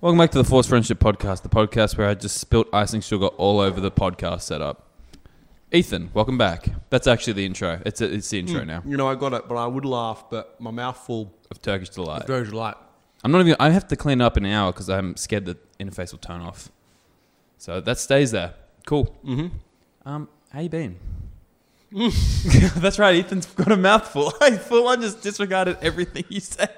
Welcome back to the Forced Friendship Podcast, the podcast where I just spilt icing sugar all over the podcast setup. Ethan, welcome back. That's actually the intro. It's it's the intro now Hmm. You know, I got it, but I would laugh, but my mouth full of Turkish delight. of Doge Light. I'm not even. I have to clean up in an hour because I'm scared the interface will turn off. So that stays there. Cool. Mm-hmm. Um, how you been? That's right. Ethan's got a mouthful. I full on just disregarded everything you said.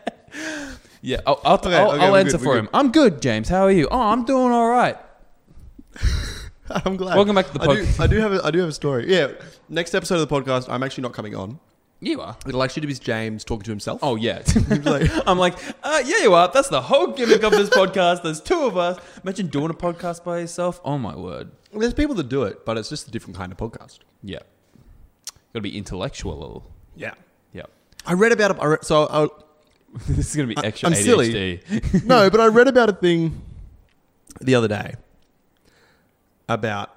Yeah, I'll, I'll, Okay, I'll, okay, I'll we're answer good, we're for good. him. I'm good, James. How are you? Oh, I'm doing all right. I'm glad. Welcome back to the I do, podcast. I do have a, I do have a story. Yeah, next episode of the podcast, I'm actually not coming on. You are. It'll actually be James talking to himself. Oh yeah. like- I'm like, uh, yeah, you are. That's the whole gimmick of this podcast. There's two of us. Imagine doing a podcast by yourself. Oh my word. There's people that do it, but it's just a different kind of podcast. Yeah. Got to be intellectual. a little. Yeah, Yeah. I read about it. I read, so I, this is gonna be I- extra I'm ADHD. Uh, silly. no, but I read about a thing the other day about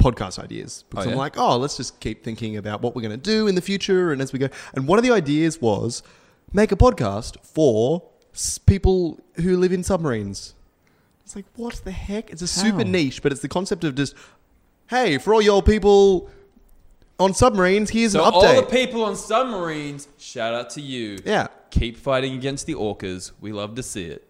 podcast ideas because Oh, I'm yeah? like, oh, let's just keep thinking about what we're going to do in the future and as we go. And one of the ideas was make a podcast for s- people who live in submarines. It's like, what the heck? It's a super How? niche, but it's the concept of just, hey, for all your people on submarines, here's So an all the update. people on submarines, shout out to you. yeah, Keep fighting against the orcas. We love to see it.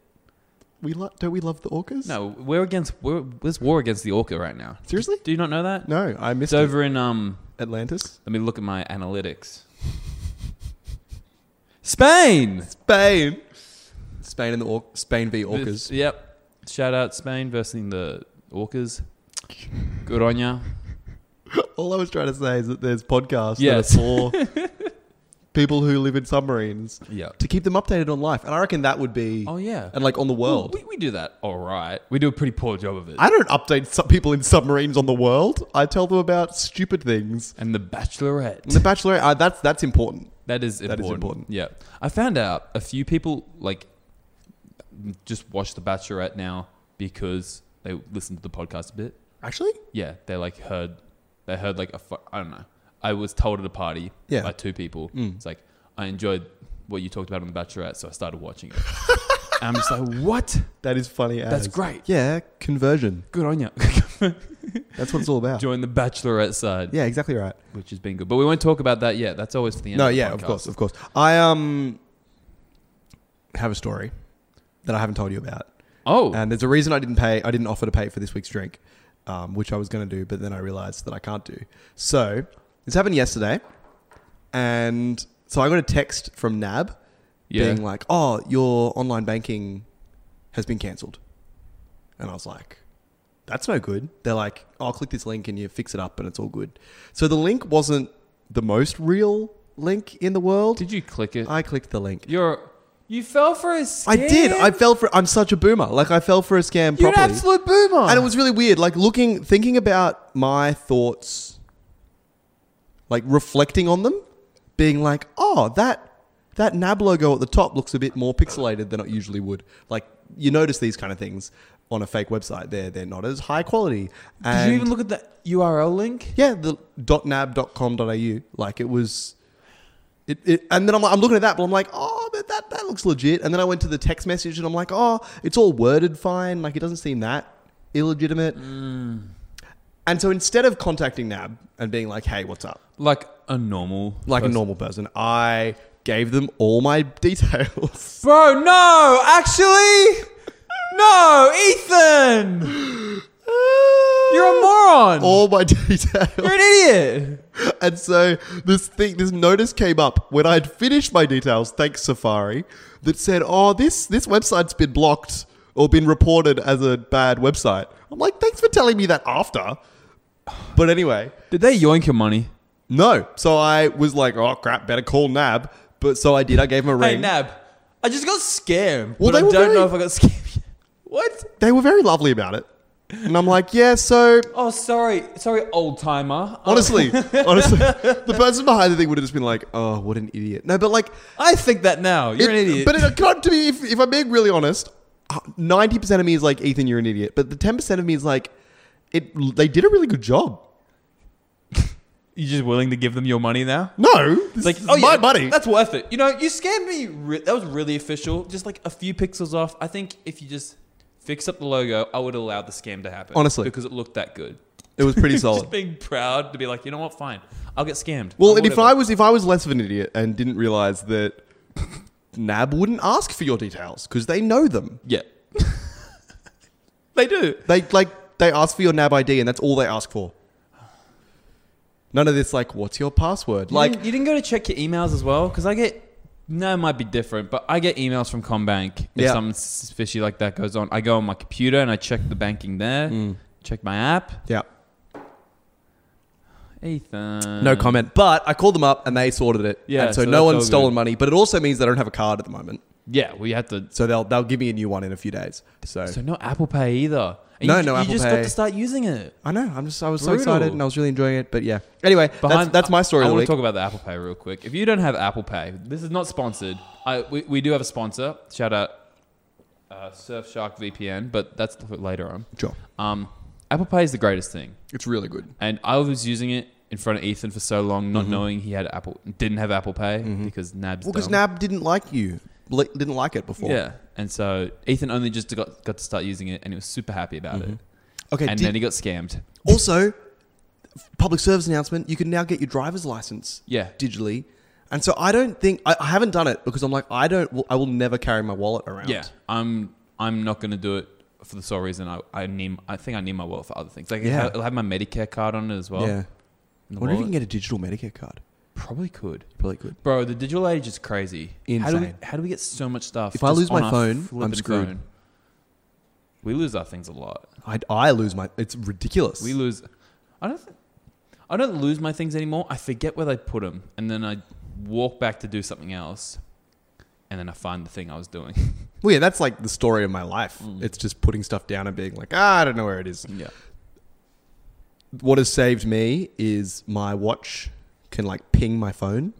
we lo- don't we love the orcas? No, we're against. We're, there's war against the orca right now. seriously. Do you not know that? No, I It's missed it. over in um. Atlantis, Let me look at my analytics. Spain. Spain, Spain and the or- Spain v orcas. This- yep. Shout out Spain versus the orcas. Good on ya. All I was trying to say is that there's podcasts Yes. that are for people who live in submarines Yeah. to keep them updated on life, and I reckon that would be Oh yeah. and like on the world. We, we do that all right. We do a pretty poor job of it. I don't update sub- people in submarines on the world. I tell them about stupid things. and the Bachelorette. And the Bachelorette, uh, that's that's important. That is important. is important. Yeah. I found out a few people like just watch The Bachelorette now because they listened to the podcast a bit. Actually, Yeah, they like heard they heard like a fu- I don't know. I was told at a party Yeah. by two people. Mm. It's like I enjoyed what you talked about on The Bachelorette, so I started watching it. and I'm just like, what? that is funny. As. That's great. Yeah, conversion. Good on you. That's what it's all about. Join the Bachelorette side, Yeah, exactly right. which has been good. But we won't talk about that yet. That's always for the end. No, of the yeah, of podcast. course, of course. I um have a story that I haven't told you about, Oh, and there's a reason I didn't pay. I didn't offer to pay for this week's drink, um, which I was going to do, but then I realized that I can't do. So this happened yesterday, and so I got a text from NAB yeah. being like, "Oh, your online banking has been cancelled," and I was like, "That's no good." They're like, "Oh, click this link and you fix it up, and it's all good." So the link wasn't the most real link in the world. Did you click it? I clicked the link. You're you fell for a scam. I did. I fell for. I'm such a boomer. Like I fell for a scam You're an properly, absolute boomer. and it was really weird. Like looking, thinking about my thoughts, like reflecting on them, being like, "Oh, that that NAB logo at the top looks a bit more pixelated than it usually would." Like you notice these kind of things on a fake website. They're they're not as high quality. And Did you even look at the URL link? yeah, the .nab.com.au. Like it was, it, it and then I'm, like, I'm looking at that, but I'm like, oh, but that, that looks legit. And then I went to the text message and I'm like, oh, it's all worded fine. Like it doesn't seem that illegitimate. And so instead of contacting NAB and being like, hey, what's up? Like a normal, Like a person. normal person, I gave them all my details. Bro, no, actually, no, Ethan, you're a moron. all my details. you're an idiot. And so this thing, this notice came up when I'd finished my details, thanks Safari, that said, "Oh, this this website's been blocked or been reported as a bad website." I'm like, "Thanks for telling me that after." But anyway, Did they yoink your money? no. So I was like, "Oh crap, better call Nab." But so I did. I gave him a ring. Hey Nab, I just got scammed. but Well, they I were don't very- know if I got scammed. what? They were very lovely about it, and I'm like, "Yeah." So Oh, sorry, sorry, Uh, old timer. honestly, honestly, the person behind the thing would have just been like, "Oh, what an idiot." No, but like. I think that now. You're It- an idiot. But it occurred to me, if, if I'm being really honest, uh, ninety percent of me is like, Ethan, you're an idiot. But the ten percent of me is like, it. They did a really good job. you're just willing to give them your money now? No, It's this like, is oh, my yeah, money. That's worth it. You know, you scammed me. Re- that was really official. Just like a few pixels off. I think if you just fixed up the logo, I would allow the scam to happen. Honestly. because it looked that good. It was pretty Just solid. being proud to be like, you know what, fine, I'll get scammed. Well, Or and if I whatever. was if I was less of an idiot and didn't realize that NAB wouldn't ask for your details because they know them. yeah, they do. They like they ask for your NAB ID and that's all they ask for. None of this like what's your password? Like Like you didn't go to check your emails as well because I get no, it might be different, but I get emails from Combank if Yeah. something s- fishy like that goes on. I go on my computer and I check the banking there, check my app. Mm. yeah, Ethan, no comment. But I called them up and they sorted it. Um, Yeah, And so, so no that's one's all stolen good. money, but it also means they don't have a card at the moment. Yeah, we had to. So they'll they'll give me a new one in a few days. So, So no Apple Pay either. No, you, no you Apple just Pay. got to start using it. I know. I'm just I was so Brutal. excited and I was really enjoying it. But yeah. Anyway, that's, that's my story I, of the want week. to talk about the Apple Pay real quick. If you don't have Apple Pay, this is not sponsored. I we, we do have a sponsor. Shout out uh, Surfshark VPN, but that's for later on. sure. Um, Apple Pay is the greatest thing, It's really good. and I was using it in front of Ethan for so long, Mm-hmm. not knowing he had Apple, didn't have Apple Pay because Nab's Well, because dumb. Nab didn't like you, li- didn't like it before. yeah, and so Ethan only just got got to start using it, and he was super happy about it. Mm-hmm. Okay. and did- then he got scammed. also, public service announcement: you can now get your driver's license Yeah, digitally. And so I don't think I, I haven't done it because I'm like I don't. I will never carry my wallet around. Yeah, I'm. I'm not going to do it for the sole reason I, I need. I think I need my wallet for other things. Like Yeah. yeah. it'll have my Medicare card on it as well. yeah. in the I wonder if wallet. you can get a digital Medicare card. Probably could, Probably could. bro. The digital age is crazy. How do we, Insane. how do we get so much stuff? If I just lose my on our phone, I'm flippin' screwed. phone? We lose our things a lot. I, I lose my. It's ridiculous. We lose. I don't. Th- I don't lose my things anymore. I forget where they put them, and then I walk back to do something else, and then I find the thing I was doing. well, yeah, that's like the story of my life. Mm. It's just putting stuff down and being like, ah, I don't know where it is. yeah. What has saved me is my watch can like ping my phone.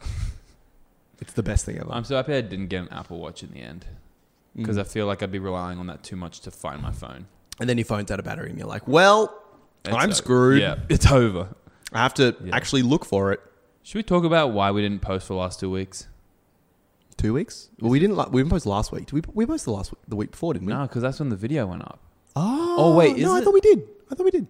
it's the best thing ever. I'm so happy I didn't get an Apple Watch in the end because Mm. I feel like I'd be relying on that too much to find my phone. and then your phone's out of battery and you're like, well, I'm o- screwed. Yeah, it's over. I have to Yeah. actually look for it. Should we talk about why we didn't post for the last two weeks? Two weeks? Well, we didn't. La- we didn't post last week. Did we? We posted last week, the week before, didn't we? No, because that's when the video went up. Oh, Oh, wait, no, is I it- thought we did. I thought we did.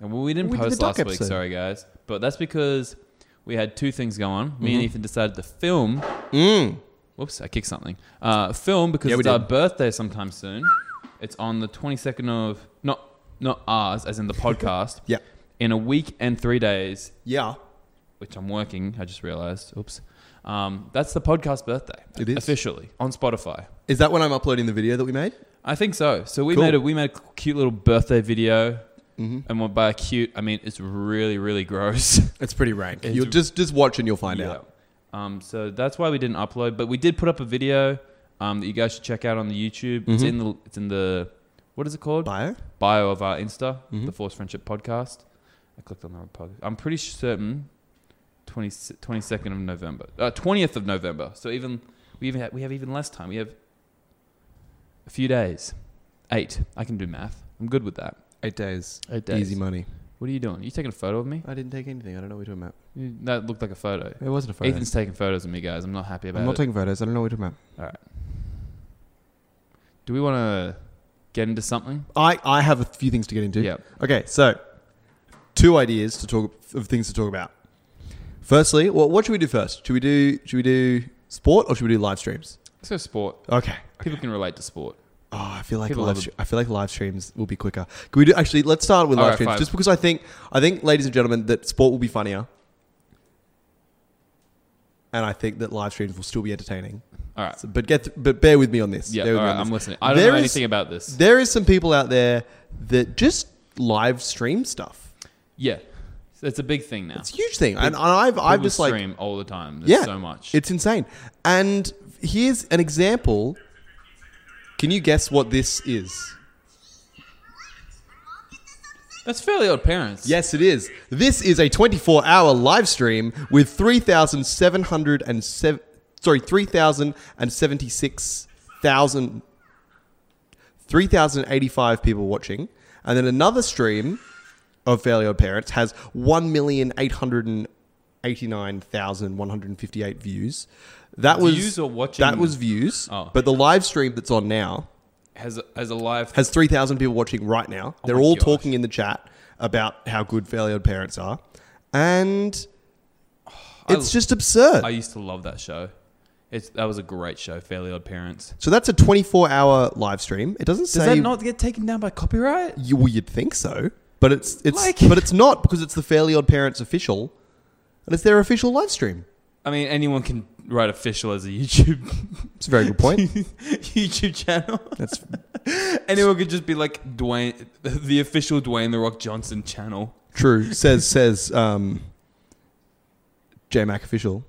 And well, we didn't We did the post doc last week. episode. Mm-hmm. Sorry, guys, but that's because we had two things go on. Me and Ethan decided to film. Mm. Whoops, I kicked something. Uh, film because Yeah, we it's our did. birthday sometime soon. It's on the 22nd of not not ours, as in the podcast. Yeah. In a week and three days, Yeah. which I'm working. I just realized. Oops. Um, that's the podcast birthday. It is. officially on Spotify. Is that when I'm uploading the video that we made? I think so. So we Cool. made a we made a cute little birthday video, Mm-hmm. and what- by cute I mean it's really really gross. It's pretty rank. It's- You'll just just watch and you'll find out. Um, so that's why we didn't upload, but we did put up a video um, that you guys should check out on the YouTube. It's Mhm. in the it's in the what is it called Bio. bio of our Insta, Mhm. the Force Friendship Podcast. I clicked on the wrong podcast. I'm pretty certain 20, 22nd of November, uh, 20th of November. So even we even have, we have even less time. We have a few days. Eight. I can do math. I'm good with that. Eight days. Eight Easy money. What are you doing? you taking a photo of me? I didn't take anything. I don't know what you're talking You- That looked like a photo. about. It wasn't a Ethan's taking photos of me, guys. I'm not happy about I'm not it. taking photos. I don't know what you're talking do we want to get into something? about. I I have a few things to get into. Yeah. Okay, so two ideas to talk of things to talk about. Firstly, well, what should we do first? Should we do should we do sport or should we do live streams? Let's go sport. Okay. People can relate to sport. Oh, I feel like People live love stre- I feel like live streams will be quicker. Can we do actually? Let's start with All live right, streams, fine. just because I think I think, ladies and gentlemen, that sport will be funnier, and I think that live streams will still be entertaining. All right. So- but get but bear with me on this. Yeah. Bear All with me right. on I'm this. listening. I don't There know is- anything about this. There is some people out there that just live stream stuff. Yeah, So it's a big thing now. It's a huge thing, and, and I've I've People just like stream all the time. There's Yeah. so much. It's insane. And here's an example. Can you guess what this is? That's fairly odd parents. Yes, it is. This is a 24 hour live stream with 3,707. Sorry, 3,076,000. 3,085 people watching. And then another stream of Fairly Odd Parents has 1,889,158 views. That was Views or watching? That was views. Oh. But the live stream that's on now has as a live has 3,000 people watching right now. They're Oh my all gosh. talking in the chat about how good fairly odd parents are. And I- it's just absurd. I used to love that show. It's that was a great show, Fairly Odd Parents. so that's a 24 hour live stream. It doesn't Does say that not get taken down by copyright? you well, you'd think so, but it's it's Like- but it's not because it's the Fairly Odd Parents official and it's their official live stream. I mean, anyone can write official as a YouTube It's a very good point. YouTube channel. That's Anyone could just be like Dwayne, the official Dwayne the Rock Johnson channel. true. Says says um J Mac official.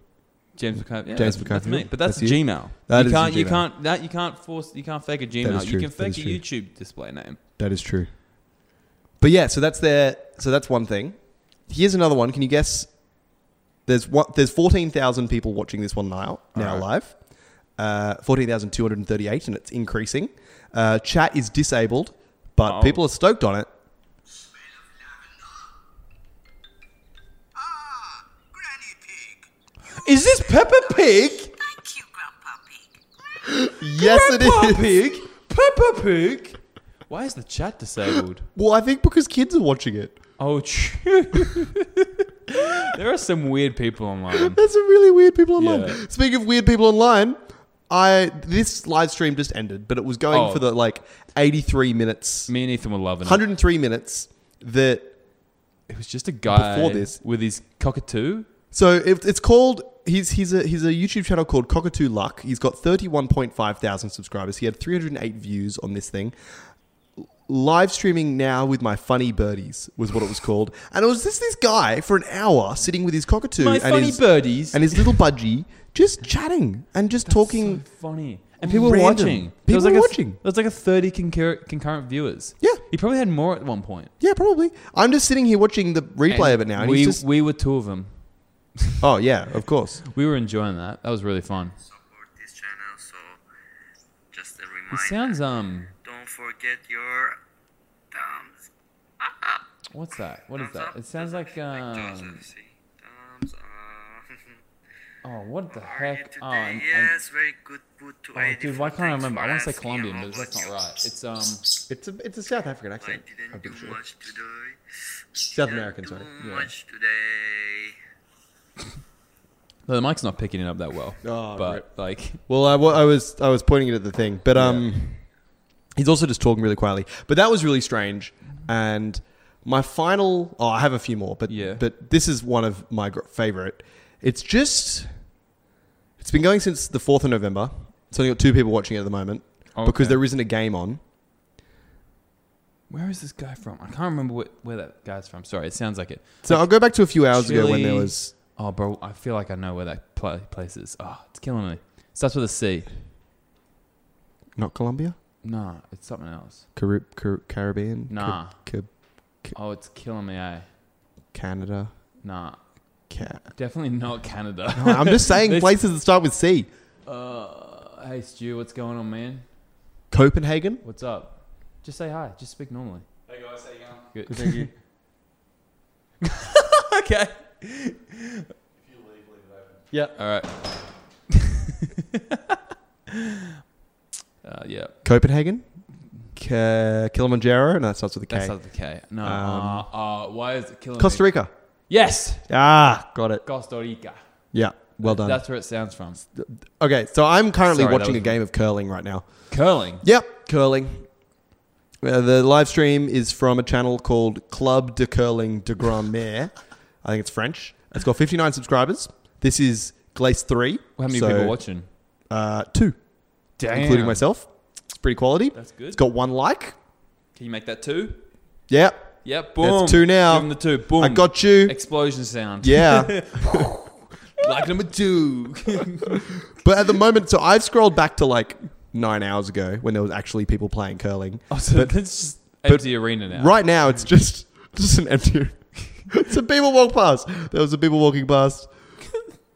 James McCarthy. Yeah, James that's, that's McCarthy. me. But that's, That's you. Gmail. you That is your can't. You Gmail. can't. That you can't force. You can't fake a Gmail. is true. You can That fake is a true. YouTube display name. That is true. But yeah, so that's their so that's one thing. Here's another one. Can you guess? There's one, there's fourteen thousand people watching this one now now Alright. live. Uh, fourteen thousand two hundred and thirty eight, and it's increasing. Uh, chat is disabled, but Oh. people are stoked on it. Ah, Granny Pig. Is this Peppa Pig? Thank you, Grandpa Pig. Yes, it is. Peppa Pig. Peppa Pig. Why is the chat disabled? Well, I think because kids are watching it. Oh, true. there are some weird people online. That's some really weird people online. Yeah. Speaking of weird people online, I this live stream just ended, but it was going Oh. for the like eighty three minutes, Me and Ethan were loving it. hundred and three minutes that It was just a guy Before this- with his cockatoo. So if it's called he's he's a he's a YouTube channel called Cockatoo Luck. He's got thirty one point five thousand subscribers. He had three hundred and eight views on this thing. Live streaming now with my funny birdies was what it was called, and it was just this guy for an hour sitting with his cockatoo My and funny his birdies. and his little budgie, just chatting and just talking. so funny, and people were Random. watching. There was People like were a, watching. There was like a thirty concur- concurrent viewers. Yeah. he probably had more at one point. Yeah, probably. I'm just sitting here watching the And replay of it now, and we he's just we were two of them. oh yeah, of course. We were enjoying that. That was really fun. Support this channel, so just a He reminder. sounds um. Don't forget your thumbs. What's that? What is thumbs that? up. It sounds like um. Joseph, see? Thumbs up. Oh, what the How are you heck? today? Oh, and- and- yes, very good. Put to oh, dude, why can't I remember? I want to say Colombian, but that's not right. It's um. It's a it's a South African I accent. I'm didn't do pretty sure. much today. South Didn't American, do sorry. Yeah. much today. No, the mic's not picking it up that well. Oh, but like, Well, I wa- I was I was pointing it at the thing, but um, he's also just talking really quietly. But that was really strange. And my final, oh, I have a few more, but Yeah. but this is one of my gr- favorite. It's just, it's been going since the fourth of November. It's only got two people watching it at the moment because Okay. there isn't a game on. where is this guy from? I can't remember where, where that guy's from. Sorry, it sounds like it. So I'll go back to a few hours ago when there Chile. was. Oh, bro, I feel like I know where that pla place is. Oh, it's killing me. Starts with a C. Not Colombia, Nah, it's something else. Carib- Car- Caribbean, Ca- Nah. Ca- Oh, it's killing me, eh? Canada. Nah, Ca- definitely not Canada. I'm just saying This- places that start with C. Uh, hey, Stu, what's going on, man? Copenhagen. What's up? Just say hi. Just speak normally. Hey guys, how you going? Good. Okay. If you leave, leave it open. Yeah. All right. uh, yeah, Copenhagen, K- Kilimanjaro, no, that starts with a that K. sounds okay. No, Um, uh, uh, why is it killing Costa me? Rica. Yes, Ah, got it. Costa Rica. Yeah, well done. That's where it sounds from. okay, so I'm currently Sorry, that watching a was- game of curling right now. Curling. Yep, curling. Uh, the live stream is from a channel called Club de Curling de Grand Mère. I think it's French. It's got 59 subscribers. This is Glace 3. How many so, people watching? Uh, two, including myself. It's pretty quality. That's good. It's got one like. Can you make that two? Yep. Yep, boom. That's two now. Give him the two. Boom. I got you. Explosion sound. Yeah. like number two. But at the moment, so I've scrolled back to like nine hours ago when there was actually people playing curling. oh, so But that's just empty arena now. right now, it's just just an empty. Some people walk past. There was some people walking past.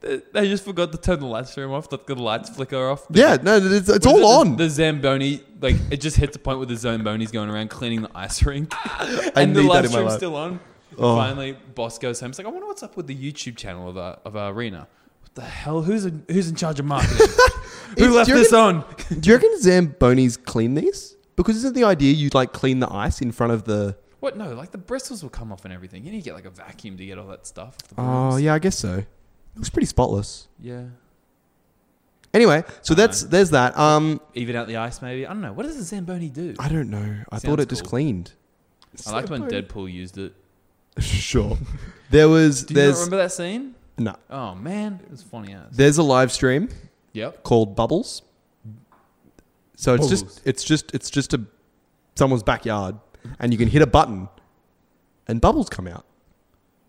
They- They just forgot to turn the light stream off. Like the lights flicker off. Yeah, no, it's, it's What is all it? on. The, the Zamboni, like it just hits a point where the Zamboni's going around cleaning the ice rink, and the live need that in my stream's life. still on. And Oh. Finally, boss goes home. He's like, "I wonder what's up with the YouTube channel of our, of our arena. What the hell? Who's in, who's in charge of marketing? Who Is- left do you this reckon- on? Do you reckon Zambonis clean these? Because isn't the idea you like clean the ice in front of the? What? No, like the bristles will come off and everything. You need to get like a vacuum to get all that stuff. off the Oh brooms. yeah, I guess so. It looks pretty spotless. Yeah. Anyway, so I don't that's there's that. Um, Even out the ice, maybe. I don't know. What does the Zamboni do? I don't know. I Sounds thought it just cool. cleaned. I liked when Deadpool used it. sure. There was Do you not there's remember that scene? no Oh man, it was funny ass. there's a live stream Yep. called Bubbles. So it's Bubbles. just it's just it's just a someone's backyard, and you can hit a button, and bubbles come out,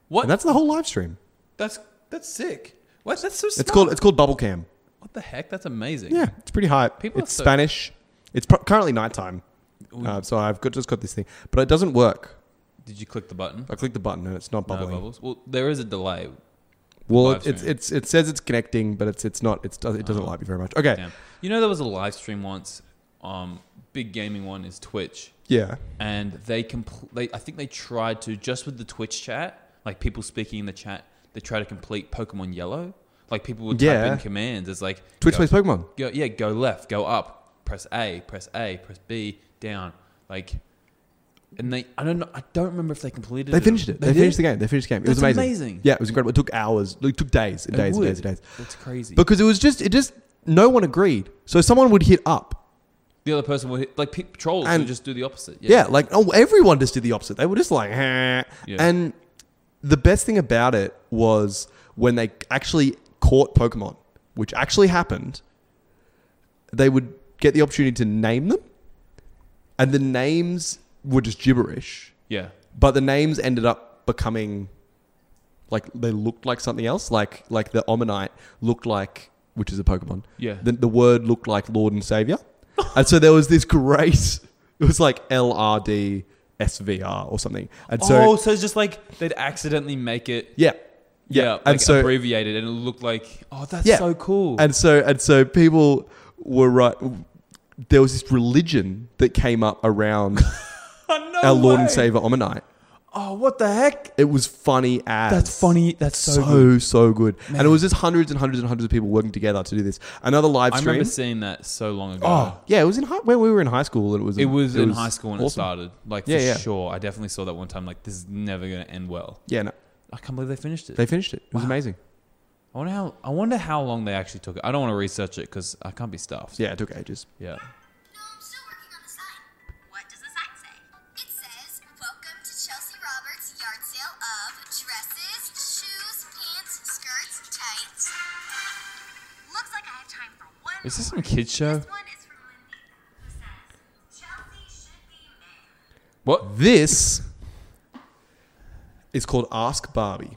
What? and that's the whole live stream. That's that's sick. What? That's so. Smart. It's called it's called Bubble Cam. What the heck? That's amazing. Yeah, it's pretty hype. People it's are so- Spanish. It's pro- currently nighttime, Ooh, uh, so I've got, just got this thing, but it doesn't work. Did you click the button? I click the button and it's not No bubbling. bubbles. Well, there is a delay. Well, Live it, it's stream. it's it says it's connecting, but it's it's not. It's it doesn't Oh. like me very much. Okay, Damn. You know there was a live stream once. Um, big gaming one is Twitch, yeah, and they compl- they I think they tried to just with the Twitch chat, like people speaking in the chat. They try to complete Pokemon Yellow. Like people would type Yeah. in commands. It's like Twitch go- plays Pokemon. go yeah go left go up press a press a press b down like and they i don't know i don't remember if they completed They it or- finished it. They, did? finished the game. They finished the game. It was That's amazing. amazing. Yeah, it was incredible. It took hours. It took days and It days and would. days and days. that's crazy Because it was just it just no one agreed. So someone would hit up. the other person would hit, like pe- trolls And- would just do the opposite Yeah, like oh everyone just did the opposite. They were just like, "Huh." Yeah. and the best thing about it was when they actually caught Pokemon, which actually happened. They would get the opportunity to name them, and the names were just gibberish. yeah but the names ended up becoming like they looked like something else like like the omanite looked like which is a pokemon Yeah. the, the word looked like lord and savior and so there was this great it was like lrd svr or something and so oh so it's just like they'd accidentally make it yeah yeah, yeah, like and so abbreviated and it looked like oh that's Yeah. so cool and so and so people were right there was this religion that came up around oh, no our lord and way. savior omanite oh what the heck it was funny as that's funny that's so, so good. so, good, and it was just hundreds and hundreds and hundreds of people working together to do this. Another live i stream. remember seeing that so long ago oh yeah, it was in high, when we were in high school. And it was It was in was high school when it awesome. started. Like Yeah, for yeah. sure, I definitely saw that one time. Like this is never going to end well. Yeah, no, I can't believe they finished it. they finished it. It was Wow. amazing. I wonder how. I wonder how long they actually took it. I don't want to research it because I can't be stuffed. Yeah, it took ages. Yeah. No, I'm still working on the sign. What does the sign say? It says, Welcome to Chelsea Roberts' yard sale of dresses, shoes, pants, skirts, tights. Looks like I have time for one. Is this some more. kids show? This one is from Lindy, who says, Chelsea should be mayor. What? This is called Ask Barbie.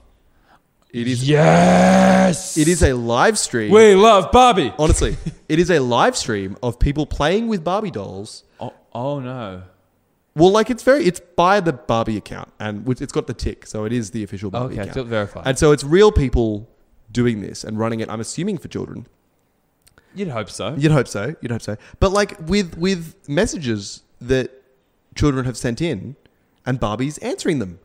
It is. Yes. It is a live stream. We love Barbie. Honestly, it is a live stream of people playing with Barbie dolls. Oh, oh no. Well, like it's very, it's by the Barbie account, and which- it's got the tick, so it is the official Barbie Okay, account. so it's verified. And so it's real people doing this and running it. I'm assuming for children. You'd hope so. You'd hope so. You'd hope so. But like with with messages that children have sent in, and Barbie's answering them,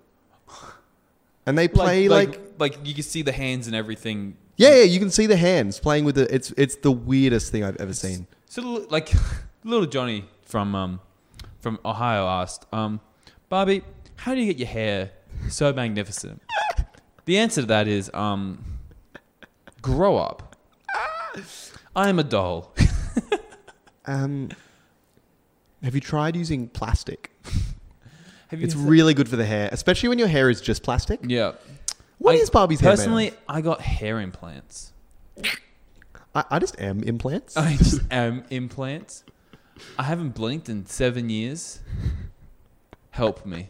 and they play like, like you can see the hands and everything. yeah, yeah, you can see the hands playing with the. It's it's the weirdest thing I've ever seen. So li- like little Johnny from um from Ohio asked, um, Barbie, how do you get your hair so magnificent? the answer to that is um grow up. I am a doll. Um, have you tried using plastic? Have It's guys- really good for the hair, especially when your hair is just plastic. Yeah. What I- is Barbie's hair? made Personally, of? I got hair implants. I, I just am implants. I just am implants. I haven't blinked in seven years. Help me.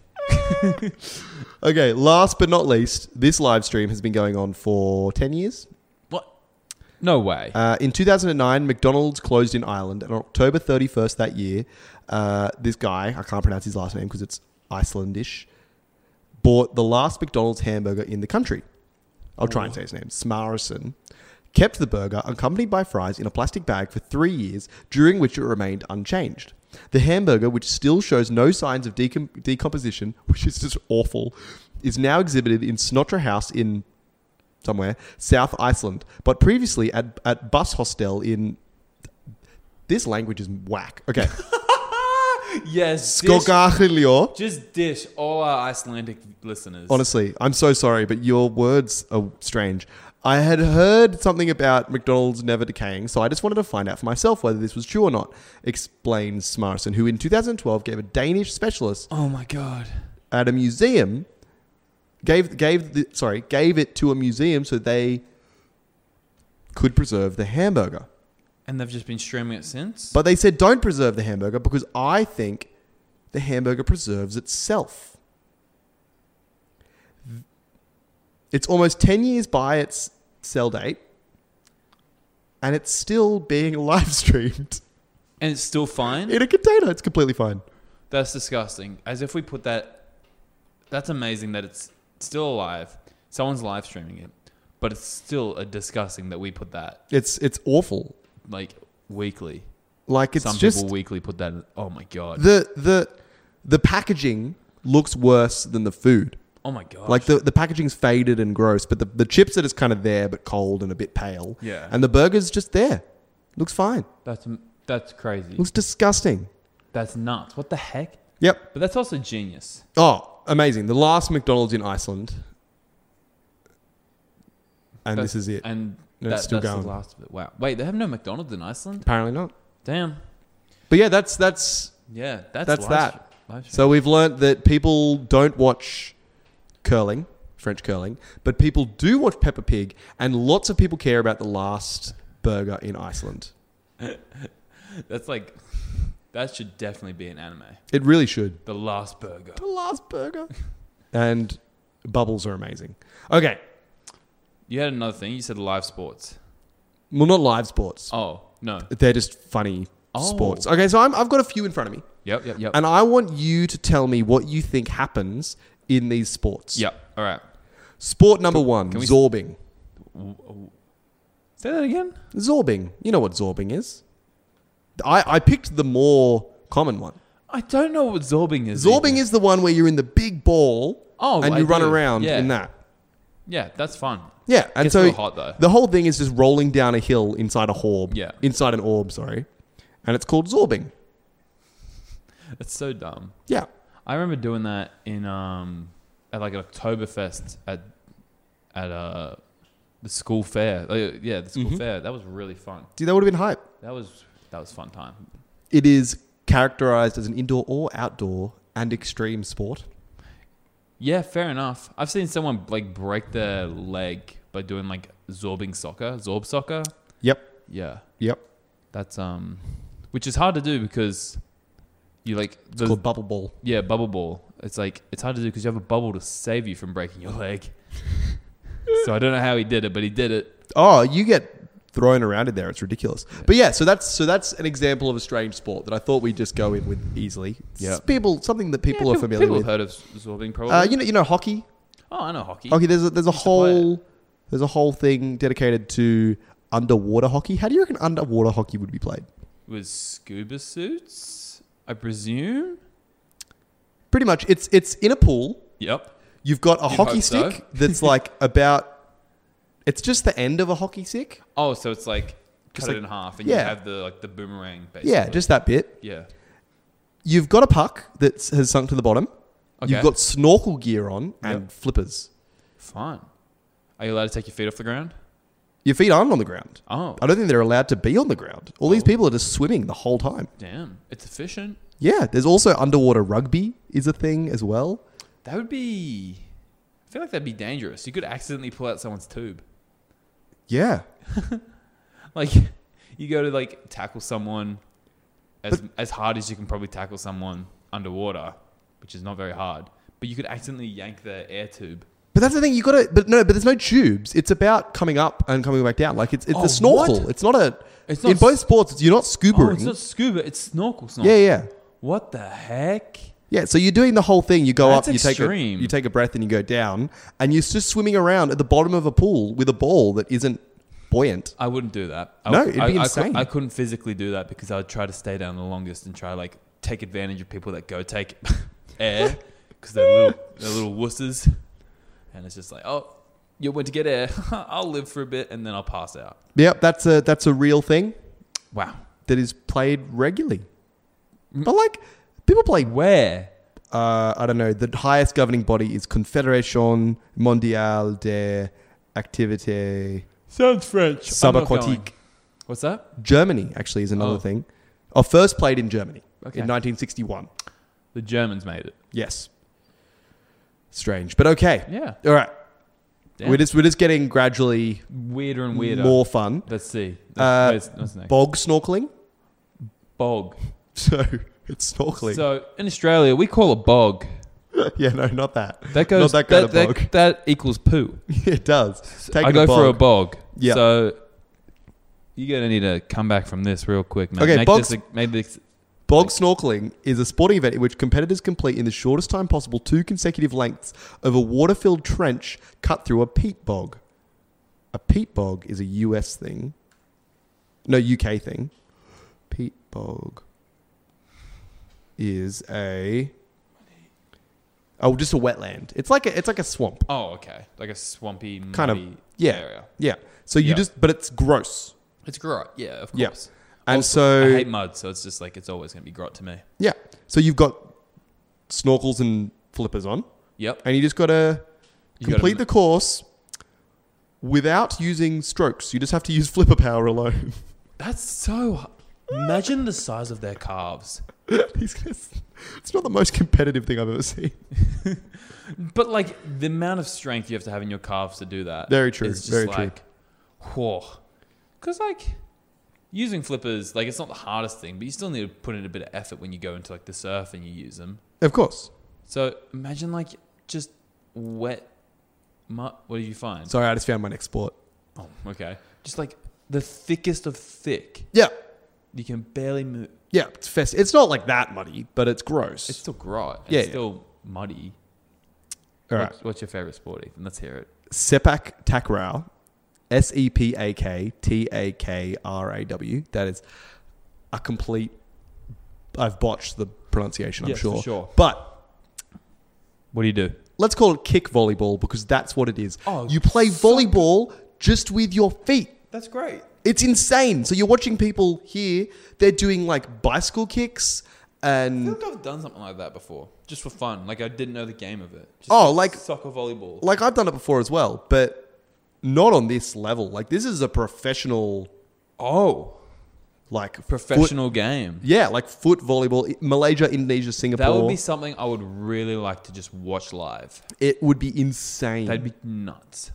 Okay, last but not least, this live stream has been going on for 10 years. What? No way. Uh, in 2009, McDonald's closed in Ireland. And on October 31st that year, uh, this guy, I can't pronounce his last name because it's Icelandish, bought the last McDonald's hamburger in the country. I'll try and say his name. Smarison. Kept the burger, accompanied by fries, in a plastic bag for three years, during which it remained unchanged. The hamburger, which still shows no signs of decom- decomposition, which is just awful, is now exhibited in Snotra House in somewhere, South Iceland, but previously at, at Bus Hostel in. This language is whack. Okay. yes. Dish, Skogahilio. just dish all our Icelandic listeners. Honestly, I'm so sorry, but your words are strange. I had heard something about McDonald's never decaying, so I just wanted to find out for myself whether this was true or not, explains Smarson, who in 2012 gave a Danish specialist Oh my god. at a museum gave gave the, sorry gave it to a museum so they could preserve the hamburger. And they've just been streaming it since. But they said don't preserve the hamburger because I think the hamburger preserves itself. It's almost 10 years by its sell date and it's still being live streamed and it's still fine. in a container. It's completely fine. That's disgusting. As if we put that. That's amazing that it's still alive. Someone's live streaming it, but it's still a disgusting that we put that It's it's awful. like weekly. Like it's Some just people weekly put that. In, oh my god. the the the packaging looks worse than the food. oh my god. Like the, the packaging's faded and gross, but the, the chips are just kind of there but cold and a bit pale. Yeah. And the burger's just there. Looks fine. that's that's crazy. Looks disgusting. That's nuts. What the heck? Yep. But that's also genius. Oh, amazing. The last McDonald's in Iceland. And That's- this is it. And No, that- it's still that's going. the last of it. Wow. Wait, they have no McDonald's in Iceland. Apparently not. Damn. But yeah, that's that's Yeah. That's That's live that. stream- live stream. so we've learnt that people don't watch curling, French curling, but people do watch Peppa Pig and lots of people care about the last burger in Iceland. that's like. That should definitely be an anime. It really should. The Last Burger. The last burger. and bubbles are amazing. Okay. You had another thing. You said live sports. Well, not live sports. Oh no. They're just funny Oh. sports. Okay, so I'm, I've got a few in front of me. Yep. Yep. Yep. And I want you to tell me what you think happens in these sports. yep. All right. Sport number one, can we- zorbing. Say that again. Zorbing. You know what zorbing is. I, I picked the more common one. I don't know what zorbing is. Zorbing either. is the one where you're in the big ball Oh, and I you run do. around Yeah. in that. Yeah, that's fun. Yeah, and Gets so real hot, though. the whole thing is just rolling down a hill inside a orb. Yeah. inside an orb. Sorry, and it's called zorbing. It's so dumb. Yeah, I remember doing that in um at like an Oktoberfest at at uh the school fair. Like, yeah, the Mm-hmm. school fair. That was really fun. see, that would have been hype. That was that was fun time. It is characterized as an indoor or outdoor and extreme sport. Yeah, fair enough. I've seen someone like break their leg by doing like zorbing soccer, zorb soccer. Yep, Yeah. yep. That's um, which is hard to do because you like It's the called bubble ball. yeah bubble ball. It's like it's hard to do because you have a bubble to save you from breaking your leg. so I don't know how he did it, but he did it. Oh, you get thrown around in there. It's ridiculous. But yeah, so that's so that's an example of a strange sport that I thought we'd just go in with easily. Yeah. It's people something that people Yeah, are familiar people with. have heard of zorbing probably. Uh, you know, you know hockey. oh, I know hockey. Okay, there's a, there's a to play it. whole there's a whole thing dedicated to underwater hockey. How do you reckon underwater hockey would be played? With scuba suits, I presume. Pretty much, it's it's in a pool. Yep. You've got a You'd hockey hope so. stick that's like about. It's just the end of a hockey stick. Oh, so it's like cut Just it like- in half, and you yeah. have the like the boomerang. Basically. Yeah, just that bit. yeah. You've got a puck that has sunk to the bottom. Okay. You've got snorkel gear on and Yep. flippers. Fine. Are you allowed to take your feet off the ground? Your feet aren't on the ground. Oh, I don't think they're allowed to be on the ground. All these people are just swimming the whole time. damn! It's efficient. Yeah, there's also underwater rugby is a thing as well. That would be. I feel like that'd be dangerous. You could accidentally pull out someone's tube. Yeah, Like, you go to like tackle someone as as hard as you can probably tackle someone underwater, which is not very hard. But you could accidentally yank their air tube. But that's the thing you got to. But no, but there's no tubes. It's about coming up and coming back down. Like it's it's Oh, a snorkel. what? It's not a. It's not in both sports. It's, you're not Oh, scubaing. it's not scuba. It's snorkel. Snorkel. yeah, yeah, What the heck? yeah. So you're doing the whole thing. You go That's up. You extreme. take a you take a breath and you go down, and you're just swimming around at the bottom of a pool with a ball that isn't buoyant. I wouldn't do that. I, No, would- it'd be I- I cou- insane. I, couldn't physically do that because I would try to stay down the longest and try like take advantage of people that go take air because they're little they're little wusses, and it's just like oh you went to get air. I'll live for a bit and then I'll pass out. Yep, that's a that's a real thing Wow. that is played regularly. But like, but People play. Where? Uh, I don't know. The highest governing body is Confédération Mondiale des Activités Sounds French. Subaquatiques. What's that? Germany actually is another Oh. thing. Oh, first played in Germany Okay. in 1961. The Germans made it. Yes. Strange, but okay. Yeah. All right. Damn. We're just we're just getting gradually Weirder and weirder. more fun. Let's see. Uh, Where's- what's next? Bog snorkeling. Bog. So it's snorkeling. So in Australia, we call a bog. yeah, no, not that. That goes. not that kind that, that, of bog. that equals poo. it does. Taking I go a bog. for a bog. Yeah. So you're gonna need to come back from this real quick, man. Okay, Make bogs- This a, make this, Bog snorkeling is a sporting event in which competitors complete in the shortest time possible two consecutive lengths of a water-filled trench cut through a peat bog. A peat bog is a US thing. No, UK thing. Peat bog is a Oh, just a wetland. It's like a it's like a swamp. oh, okay. Like a swampy, Kind of muddy yeah. area. Yeah. So you Yeah. just but it's gross. It's grot. Yeah, of course. Yeah. And Also, so- I hate mud, so it's just like it's always gonna be grot to me. Yeah. So you've got snorkels and flippers on. Yep. and you just got to You gotta complete ma- the course without using strokes. You just have to use flipper power alone. That's so. h- Imagine the size of their calves. These guys- it's not the most competitive thing I've ever seen. But like the amount of strength you have to have in your calves to do that. Very true, is just very true. like, Whoa. Because like using flippers, like it's not the hardest thing, but you still need to put in a bit of effort when you go into like the surf and you use them. Of course. So imagine like just wet. Mu- what did you find? Sorry, I just found my next sport. Oh, okay. Just like the thickest of thick. Yeah. You can barely move. Yeah, it's fest. It's not like that muddy, but it's gross. It's still grot. Yeah, It's yeah. still muddy. All right. What's, what's your favorite sport, Ethan? Let's hear it. Sepak takraw. S E P A K T A K R A W. That is a complete. I've botched the pronunciation, I'm Yes, for sure. sure. But What do you do? let's call it kick volleyball because that's what it is. Oh, you play volleyball just with your feet. That's great. It's insane. So you're watching people here, they're doing like bicycle kicks and think I've done something like that before, just for fun. Like I didn't know the game of it. Just Oh, like- soccer volleyball. like I've done it before as well, but not on this level. Like this is a professional Oh, like foot- professional game. yeah, like foot volleyball, I- Malaysia, Indonesia, Singapore. That would be something I would really like to just watch live. it would be insane. That'd be nuts.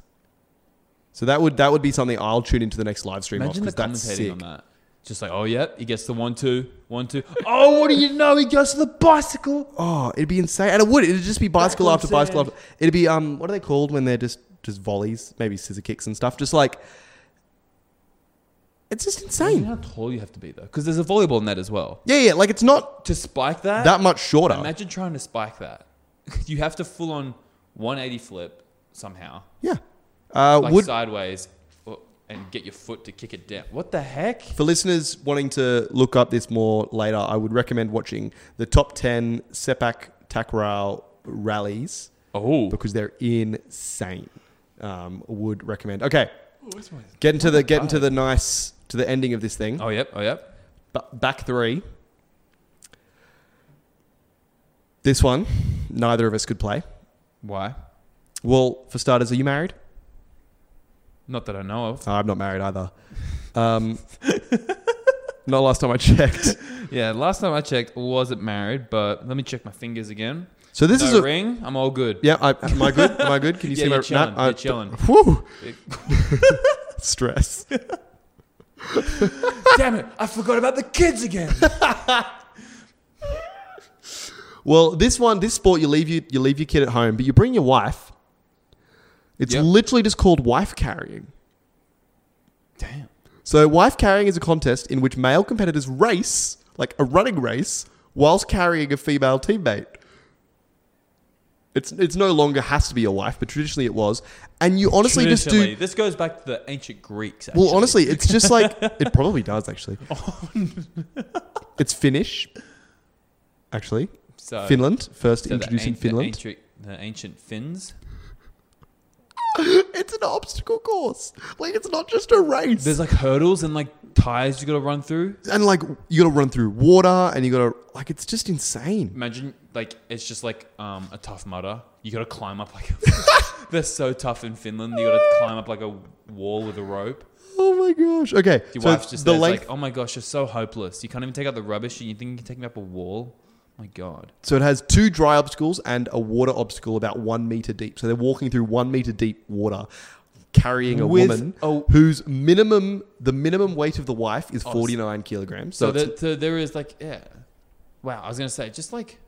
so that would that would be something I'll tune into the next live stream Imagine the of because that's commentating sick. on that. Just like, oh yep, he gets the one two, one two. Oh, what do you know? He goes to the bicycle. Oh, it'd be insane, and it would. It'd just be bicycle after Backwards bicycle and- after. It'd be um, what are they called when they're just just volleys, maybe scissor kicks and stuff. Just like it's just Imagine how insane. tall you have to be though, because there's a volleyball net as well. Yeah, yeah. Like it's not To spike that, that much shorter. Uh, imagine trying to spike that. you have to full on 180 flip somehow. yeah. Uh, like would sideways or- and get your foot to kick it down. What the heck? for listeners wanting to look up this more later, I would recommend watching the top ten Sepak Takraw rallies Oh, because they're insane. Um, would recommend. Okay, get into the get into the nice to the ending of this thing. oh yep, oh yep. B- back three. This one, neither of us could play. Why? Well, for starters, are you married? Not that I know of. Oh, I'm not married either. Um, not last time I checked. Yeah, last time I checked, wasn't married, but let me check my fingers again. So this no is a ring. I'm all good. yeah. I, am I good? Am I good? Can you Yeah, see my you're chilling, nah, I- you're chilling. Whew, stress. Damn it! I forgot about the kids again. Well, this one, this sport, you leave you you leave your kid at home, but you bring your wife. It's Yep. literally just called wife carrying. Damn. So, wife carrying is a contest in which male competitors race, like a running race, whilst carrying a female teammate. It's, it's no longer has to be your wife, but traditionally it was. And you honestly just Traditionally, do. this goes back to the ancient Greeks. Actually. Oh, Well, honestly, it's just like. It probably does, actually. it's Finnish, actually. So- Finland, first So the introduced in an- Finland. the ancient, the ancient Finns. it's an obstacle course. Like it's not just a race. There's like hurdles and like tires you got to run through. and like you got to run through water, and you got to like it's just insane. Imagine like it's just like um, a tough mudder. You got to climb up like they're so tough in Finland. You got to climb up like a wall with a rope. Oh my gosh. Okay, Your so wife's just the there, it's length. like, oh my gosh, you're so hopeless. You can't even take out the rubbish, and you think you can take me up a wall. My God, so it has two dry obstacles and a water obstacle about one meter deep. So they're walking through one meter deep water. Carrying a With woman a- whose minimum, the minimum weight of the wife is 49 kilograms. So, Oh, so, it's- there, so there is like yeah, wow. I was gonna say just like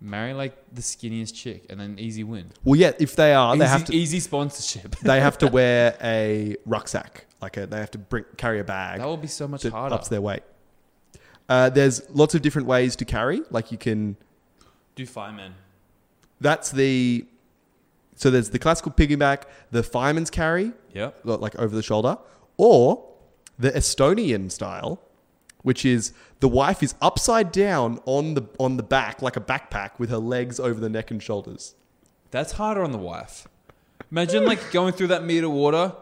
marry like the skinniest chick, and then easy win. well, yeah, if they easy, are, Oh, E- they have to easy sponsorship. they have to wear a rucksack, like a, they have to bring, carry a bag that would be so much that harder. ups their weight. Uh, there's lots of different ways to carry. Like you can, Do fireman. that's the, so there's the classical piggyback, the fireman's carry, Yep. lo- like over the shoulder, or the Estonian style, which is the wife is upside down on the on the back like a backpack with her legs over the neck and shoulders. That's harder on the wife. Imagine like going through that meter water.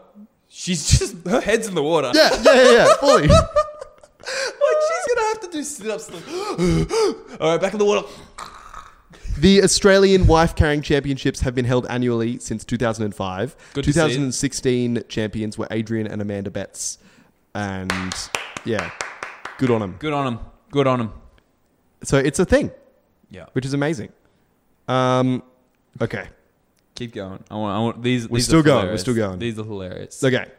She's just her head's in the water. Yeah, yeah, yeah, yeah fully. Like she's gonna have to do sit ups. All right, back in the water. The Australian wife carrying championships have been held annually since 2005. Good to see. 2016 champions were Adrian and Amanda Betts, and yeah, good on them. Good on him. Good on him. So it's a thing, Yeah. which is amazing. Um, okay, Keep going. I want. I want these. We're still going, we're still going. These are hilarious. okay.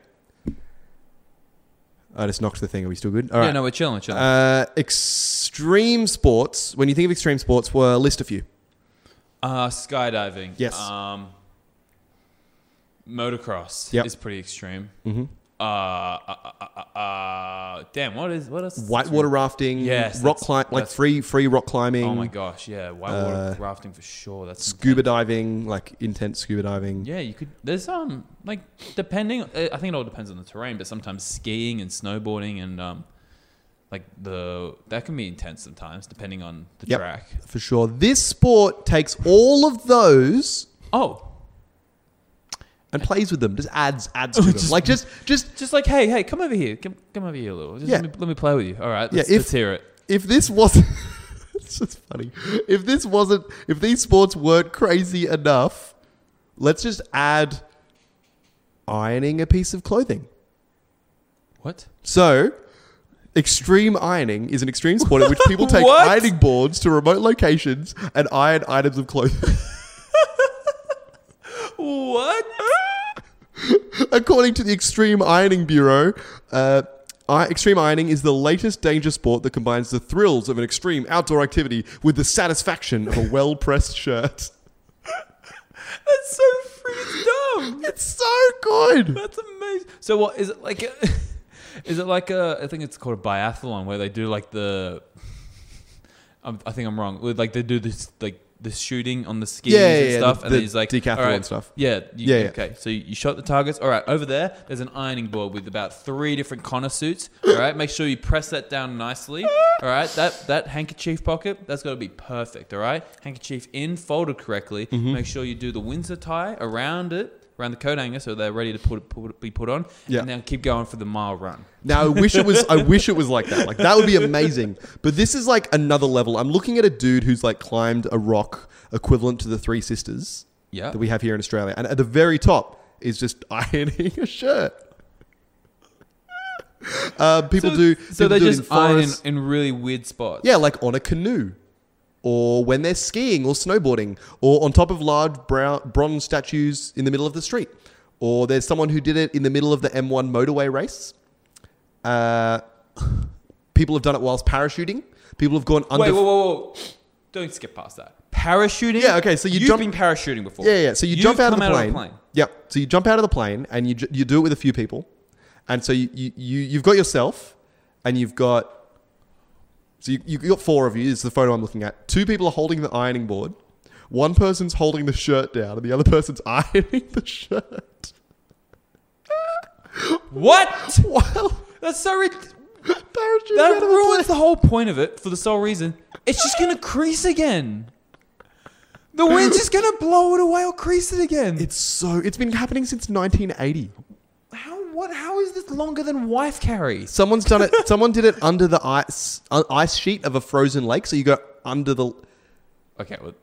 I just knocked the thing. Are we still good? All yeah. right. No, we're chilling. We're chilling. uh, extreme sports. When you think of extreme sports, well, list a few. Uh, skydiving. Yes. Um, motocross Yep. is pretty extreme. Mm-hmm. Uh, uh, uh, uh, uh, damn. What is? What else? is Whitewater extreme? rafting, Yes, rock that's- climb, like that's- free free rock climbing. Oh my gosh. Yeah. Whitewater Uh, rafting for sure. That's scuba intense. diving, like intense scuba diving. Yeah, you could. There's um like depending. uh, I think it all depends on the terrain, but sometimes skiing and snowboarding and um like the that can be intense sometimes depending on the Yep. track. For sure. This sport takes all of those Oh, and plays with them. Just adds adds Oh, to them. like just just just like hey hey come over here come come over here a little. Just Yeah. let, me, let me play with you. All right. Yeah, Let's, if- let's hear it. if this wasn't it's just funny. If this wasn't if these sports weren't crazy enough, let's just add ironing a piece of clothing. What? So Extreme ironing is an extreme sport in which people take What? ironing boards to remote locations and iron items of clothing. What? According to the Extreme Ironing Bureau, uh, i- extreme ironing is the latest danger sport that combines the thrills of an extreme outdoor activity with the satisfaction of a well pressed shirt. That's so freaking dumb. It's so good. That's amazing. So what is it like? A, is it like a? I think it's called a biathlon where they do like the. I'm, I think I'm wrong. With, Like they do this like the shooting on the skis Yeah, yeah, and yeah, stuff, the- and then the he's like decathlon "All right, stuff." Yeah, you, Yeah, yeah. Okay, so you shot the targets. All right, over there, there's an ironing board with about three different Connor suits. All right, make sure you press that down nicely. All right, that that handkerchief pocket, that's got to be perfect. All right, handkerchief in folded correctly. Mm-hmm. Make sure you do the Windsor tie around it. Around the coat hanger, so they're ready to put, put be put on, Yeah. and then keep going for the mile run. Now I wish it was I wish it was like that. Like that would be amazing. But this is like another level. I'm looking at a dude who's like climbed a rock equivalent to the Three Sisters Yeah, that we have here in Australia. And at the very top is just ironing a shirt. Uh, people so, do. So people they do it just in iron forests. in really weird spots. Yeah, like on a canoe, or when they're skiing or snowboarding, or on top of large brown, bronze statues in the middle of the street, or there's someone who did it in the middle of the M1 motorway race. Uh, people have done it whilst parachuting. People have gone under. Wait, whoa, whoa, whoa! Don't skip past that. Parachuting. Yeah, okay, so you you've jump- been parachuting before. Yeah, yeah. So you You've jump out of come the plane. Yep. So you jump out of the plane and you, ju- you do it with a few people, and so you, you, you you've got yourself, and you've got. So you you got four of you. This is the photo I'm looking at. Two people are holding the ironing board. One person's holding the shirt down, and the other person's ironing the shirt. What? Wow. That's so rid- Parachuting out that of a ruins plane. the whole point of it for the sole reason it's just gonna crease again. The wind's just gonna blow it away or crease it again. It's so. It's been happening since 1980. how what? How is this longer than wife carry? Someone's done it. someone did it under the ice uh, ice sheet of a frozen lake. So you go under the. Okay, well,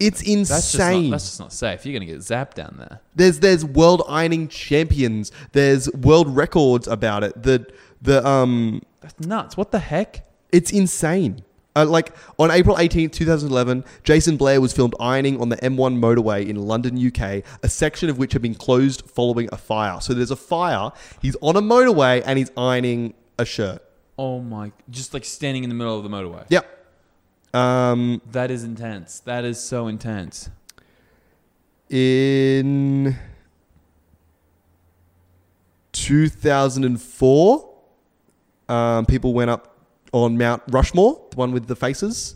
It's that's just not, insane. that's just not safe. You're gonna get zapped down there. There's there's world ironing champions. There's world records about it. The the um That's nuts. What the heck? it's insane. Uh, like on April 18th, 2011, Jason Blair was filmed ironing on the M1 motorway in London, UK, a section of which had been closed following a fire. So there's a fire, he's on a motorway and he's ironing a shirt. Oh my! Just like standing in the middle of the motorway. Yep. Um That is intense. That is so intense. in 2004 um, people went up on mount rushmore the one with the faces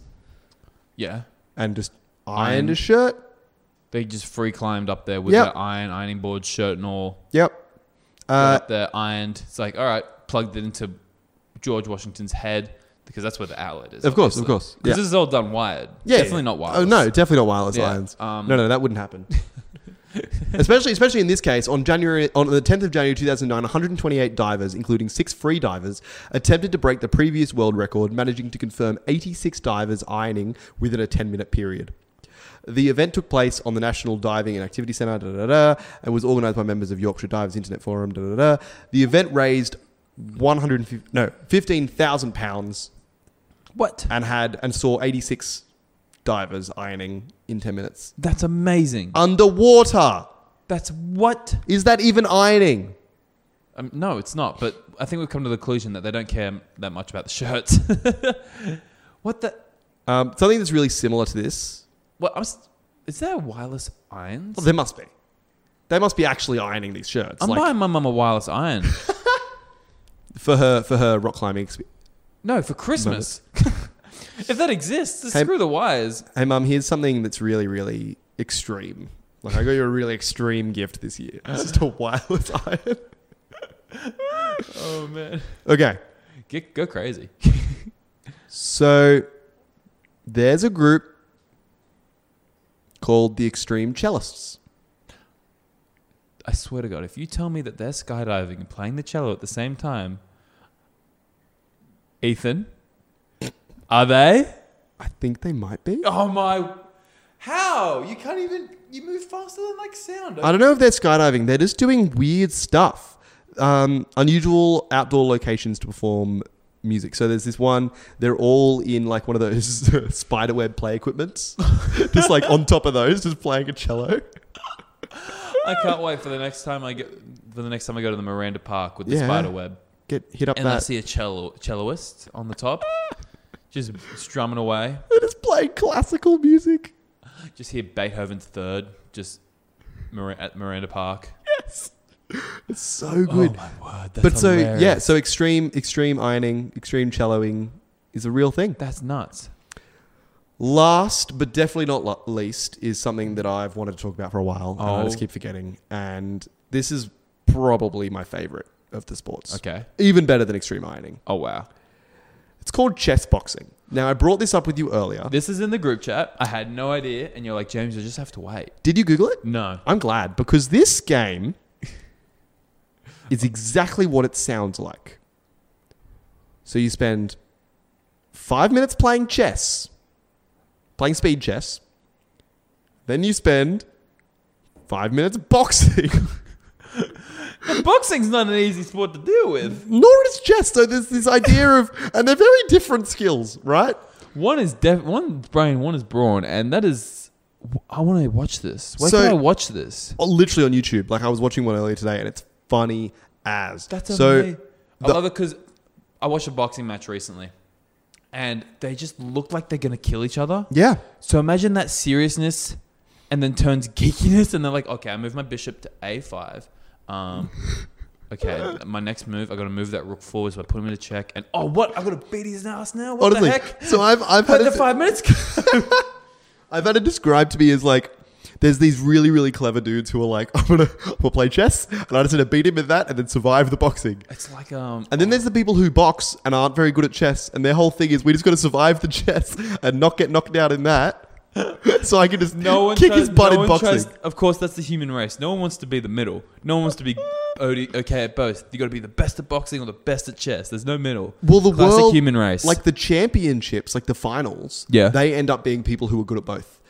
Yeah. and just Ironed. ironed a shirt They just free climbed up there with Yep. their iron ironing board shirt and all. yep Got uh, up there ironed. It's like all right, plugged it into George Washington's head because that's where the outlet is. Of course, of obviously. course. 'Cause Yeah. this is all done wired. yeah, definitely yeah. not wired. Oh no, definitely not wireless Yeah, irons. um, no, no, that wouldn't happen. especially, especially in this case, on January, on the 10th of January 2009, 128 divers, including six free divers, attempted to break the previous world record, managing to confirm 86 divers ironing within a 10-minute period. The event took place on the National Diving and Activity Centre, da, da, da, da, and was organised by members of Yorkshire Divers Internet Forum. Da, da, da. The event raised 150 no 15,000 pounds What? and had and saw 86 divers ironing in 10 minutes That's Uh, amazing. underwater That's what? is that even ironing Um, no, it's not. But I think we've come to the conclusion that they don't care that much about the shirts. what the? um, something that's really similar to this What? I was, is there wireless irons? well, there must be they must be actually ironing these shirts I'm like buying my mum a wireless iron. for her for her rock climbing experience no, for Christmas. if that exists, Hey- screw the wires. hey mum here's something that's really really extreme like I got you a really extreme gift this year. It's just a wireless iron. Oh man, Okay, get go crazy. so there's a group called the Extreme Cellists. I swear to God, if you tell me that they're skydiving and playing the cello at the same time, Ethan, are they? I think they might be. Oh my! How you can't even you move faster than like sound. I don't know if they're skydiving. They're just doing weird stuff, um, unusual outdoor locations to perform music. So there's this one. They're all in like one of those spiderweb play equipments, just like on top of those, just playing a cello. I can't wait for the next time I get for the next time I go to the Miranda Park with the Yeah. spider web Get hit up and I that. see a cello celloist on the top, just strumming away. They're just playing classical music. Just hear Beethoven's third, just Mir- at Miranda Park. It's so good. Oh my word! That's but so hilarious. yeah, so extreme, extreme ironing, extreme celloing is a real thing. that's nuts. Last, but definitely not lo- least, is something that I've wanted to talk about for a while, and I Oh. just keep forgetting. And this is probably my favorite of the sports. Okay. Even better than extreme ironing. Oh wow! It's called chess boxing. Now, I brought this up with you earlier. This is in the group chat. I had no idea, and you're like, James, you just have to wait. Did you Google it? No. I'm glad because this game is exactly what it sounds like. So you spend five minutes playing chess, playing speed chess. Then you spend five minutes boxing. Boxing's not an easy sport to deal with. Nor is chess. So there's this idea of, and they're very different skills, right? One is def- one's brain, one is brawn, and that is. I want to watch this. Where So- can I watch this? Oh, Literally on YouTube. Like I was watching one earlier today, and it's funny as. That's so. amazing. I the- love it because I watched a boxing match recently, and they just look like they're gonna kill each other. Yeah. So imagine that seriousness, and then turns geekiness, and they're like, okay, I move my bishop to a five. Um, okay, my next move, I gotta move that rook forward, so I put him in a check, and oh, what? I gotta beat his ass now. What Honestly, the heck? so I've- I've Let had the a- five minutes. I've had it described to me as like there's these really really clever dudes who are like I'm gonna we'll play chess and I just gonna beat him with that and then survive the boxing. it's like um, And then there's the people who box and aren't very good at chess and their whole thing is we just gotta survive the chess and not get knocked out in that. so I could just No one kick tries, his butt no one in boxing. tries- of course, that's the human race. No one wants to be the middle. No one wants to be OD, okay at both. You got to be the best at boxing or the best at chess. There's no middle. Well, the Classic world, human race. like the championships, like the finals, Yeah. they end up being people who are good at both.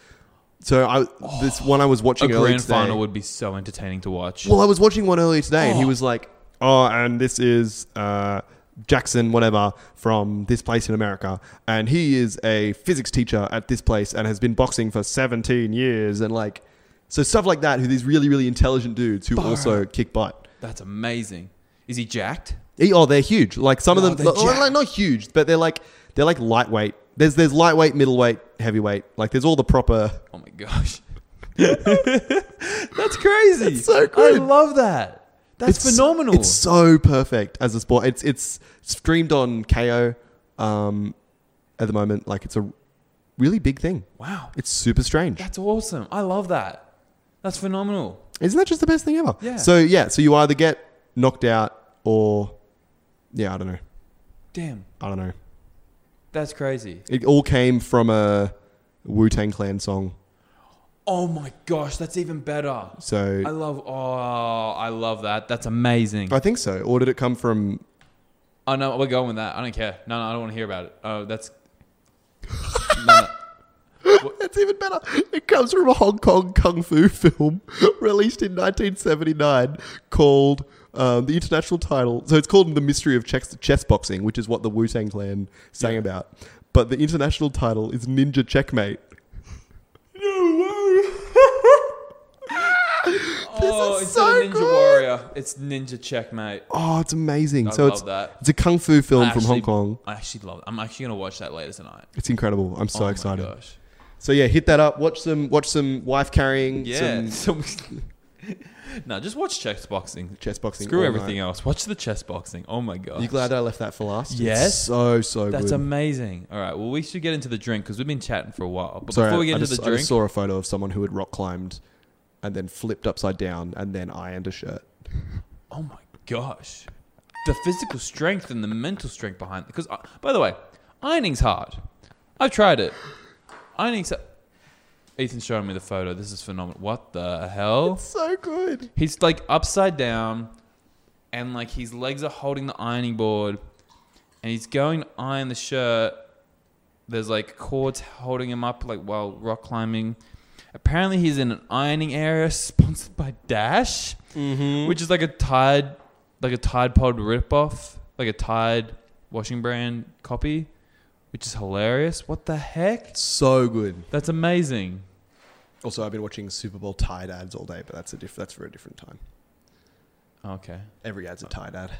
So I, this one I was a watching earlier grand today- final would be so entertaining to watch. Well, I was watching one earlier today, and he Oh. was like, "Oh, and this is uh, Jackson, whatever, from this place in America, and he is a physics teacher at this place and has been boxing for 17 years, and like, so stuff like that. Who these really, really intelligent dudes who also kick butt. That's amazing. Is he jacked? He- Oh, they're huge. Like some No, of them, they're like, like, not huge, but they're like they're like lightweight. There's there's lightweight, middleweight, heavyweight. Like there's all the proper. Oh my gosh. That's crazy. That's so good. I love that. That's it's- phenomenal. It's so perfect as a sport. It's it's streamed on KO um, at the moment. Like it's a really big thing. wow. It's super strange. That's awesome. I love that. That's phenomenal. Isn't that just the best thing ever? Yeah. So yeah, so you either get knocked out or yeah, I don't know. Damn. I don't know. That's crazy. It all came from a Wu Tang Clan song. Oh my gosh, that's even better. So I love oh I love that. That's amazing. I think so. Or did it come from? Oh no, we're going with that. I don't care. No, no, I don't want to hear about it. Oh, that's no, no. That's even better. It comes from a Hong Kong kung fu film released in 1979 called um, the international title. So it's called The Mystery of Chess, Chess Boxing, which is what the Wu Tang Clan sang about. But the international title is Ninja Checkmate. oh, is it's so a Ninja good. Warrior. It's Ninja Checkmate. Oh, it's amazing. I so love it's that. it's a kung fu film I from Hong actually- Kong. I actually love. I'm actually gonna watch that later tonight. It's incredible. I'm so oh excited. My gosh. So yeah, hit that up. Watch some watch some wife carrying Yeah. some So, no, just watch chess boxing. chess boxing. Screw all everything night. else. Watch the chess boxing. Oh my god. You glad that I left that for last? It's Yes. so so That's good. amazing. All right. Well, we should get into the drink because we've been chatting for a while. But Sorry, before we get I, into just, the I drink, just saw a photo of someone who had rock climbed and then flipped upside down and then ironed a shirt. oh my gosh, the physical strength and the mental strength behind. Because uh, by the way, ironing's hard. I've tried it. Ironing's. Ethan's showing me the photo. This is phenomenal. What the hell? So good. He's like upside down, and like his legs are holding the ironing board, and he's going to iron the shirt. There's like cords holding him up, like while rock climbing. Apparently, he's in an ironing area sponsored by Dash, which is like a Tide, like a Tide Pod ripoff, like a Tide washing brand copy, which is hilarious. What the heck? So good. That's amazing. Also, I've been watching Super Bowl Tide ads all day, but that's a diff- that's for a different time. Okay. Every ad's a Tide ad.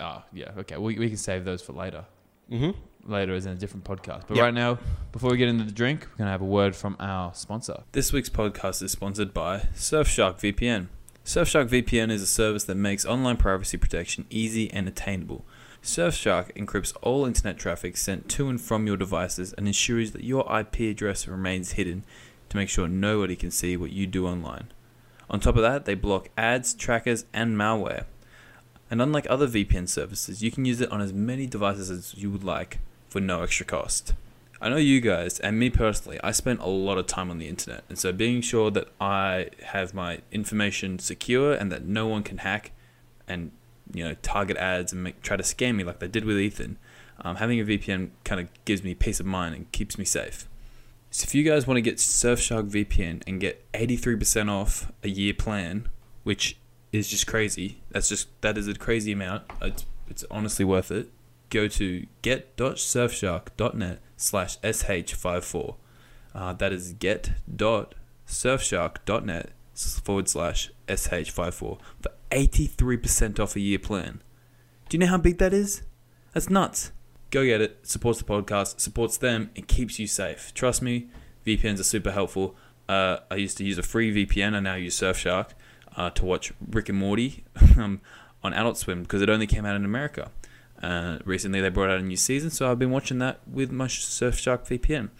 Oh, yeah. Okay. We, we can save those for later. Mm-hmm. later is in a different podcast. But Yep. right now, before we get into the drink, we're going to have a word from our sponsor. This week's podcast is sponsored by Surfshark VPN. Surfshark VPN is a service that makes online privacy protection easy and attainable. Surfshark encrypts all internet traffic sent to and from your devices and ensures that your IP address remains hidden to make sure nobody can see what you do online. On top of that, they block ads, trackers, and malware. And unlike other VPN services, you can use it on as many devices as you would like for no extra cost. I know you guys, and me personally, I spend a lot of time on the internet, and so being sure that I have my information secure and that no one can hack and you know target ads and make, try to scam me like they did with Ethan, um, having a VPN kind of gives me peace of mind and keeps me safe. So if you guys want to get Surfshark VPN and get 83% off a year plan, which is just crazy. That's just that is a crazy amount. It's it's honestly worth it. Go to get.surfshark.net slash sh54. Uh, that is get.surfshark.net forward slash sh54 for 83% off a year plan. Do you know how big that is? That's nuts. Go get it. Supports the podcast, supports them, and keeps you safe. Trust me, VPNs are super helpful. Uh, I used to use a free VPN. I now use Surfshark uh, to watch Rick and Morty um, on Adult Swim because it only came out in America. Uh, recently, they brought out a new season, so I've been watching that with my Surfshark VPN.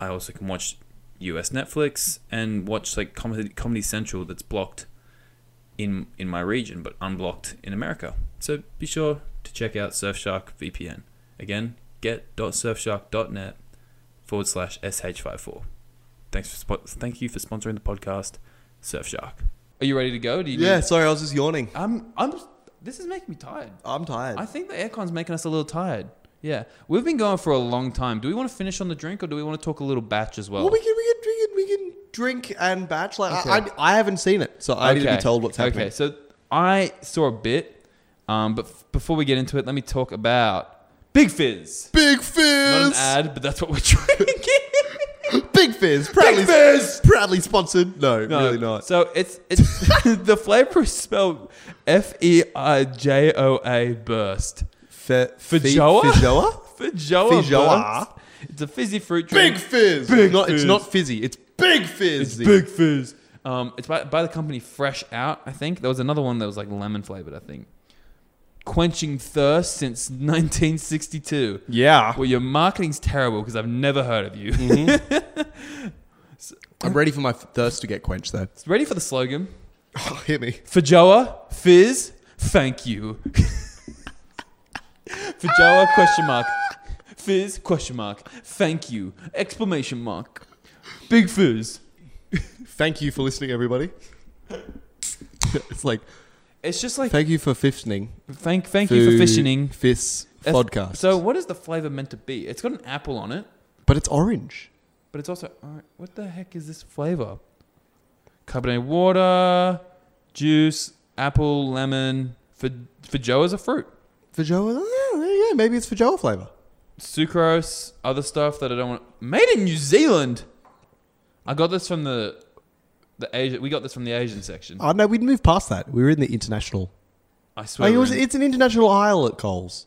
I also can watch US Netflix and watch like Comedy, Comedy Central that's blocked in in my region but unblocked in America. So be sure to check out Surfshark VPN. Again, get.surfshark.net forward slash sh54. Thanks for spot- thank you for sponsoring the podcast, Surfshark. Are you ready to go? Do you Yeah, need- sorry, I was just yawning. I'm. I'm. This is making me tired. I'm tired. I think the aircon's making us a little tired. Yeah, we've been going for a long time. Do we want to finish on the drink, or do we want to talk a little batch as well? well, we can we can drink we can drink and batch. Like Okay. I, I I haven't seen it, so I need to be told what's happening. Okay, so I saw a bit, um, but f- before we get into it, let me talk about Big Fizz. Big Not an Fizz, ad, but that's what we're drinking. Big Fizz, proudly, Fizz! proudly sponsored. No, No, really not. So it's it's the flavor is spelled F E I J O A burst. Fe- fe- Fijoa? Fijoa? Fijoa. Fijoa? burst. It's a fizzy fruit drink. Big Fizz. Big not, Fizz. It's not fizzy. It's Big Fizz. Fizz. Um, it's by, by the company Fresh Out, I think. There was another one that was like lemon flavored, I think. Quenching thirst since 1962. Yeah. Well, your marketing's terrible because I've never heard of you. Mm-hmm. I'm ready for my thirst to get quenched though. Ready for the slogan? Oh, hit me. Fajoa, fizz, thank you. Fajoa, question mark. Fizz, question mark. Thank you. Exclamation mark. Big fizz. Thank you for listening, everybody. it's like It's just like thank you for fishing. thank thank you for fishing. Fiss That's- podcast. So, what is the flavor meant to be? It's got an apple on it, but it's orange. but it's also all right, what the heck is this flavor? Carbonated water, juice, apple, lemon. For for Joe is a fruit. Fajoa. oh, Yeah, yeah, maybe it's Fajoa flavor. Sucrose, other stuff that I don't want. Made in New Zealand. I got this from the the Asian. We got this from the Asian section. Oh no, we'd moved past that. We were in the international. I swear. Like, it we're Oh, was, in- it's an international aisle at Coles.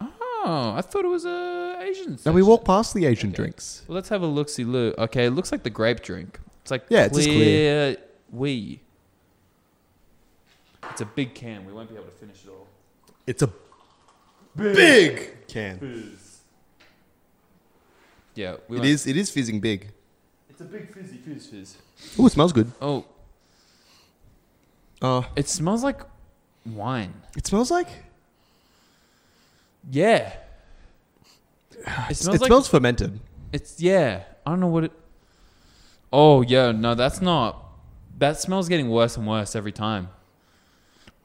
oh, I thought it was a Asian. Now Section. we walked past the Asian drinks. Well, let's have a look. See, Lou. Okay, it looks like the grape drink. It's like Yeah, yeah, it's clear, just it's clear. clear. wee. It's a big can. We won't be able to finish it all. It's a big can. Yeah, we It won't- is. It is fizzing big. It's a big fizzy fizz fizz. Oh, it smells good. Oh, Uh, it smells like wine. it smells like Yeah. It it smells like smells fermented. It's yeah. I don't know what it. Oh yeah, no, that's not. That smells getting worse and worse every time.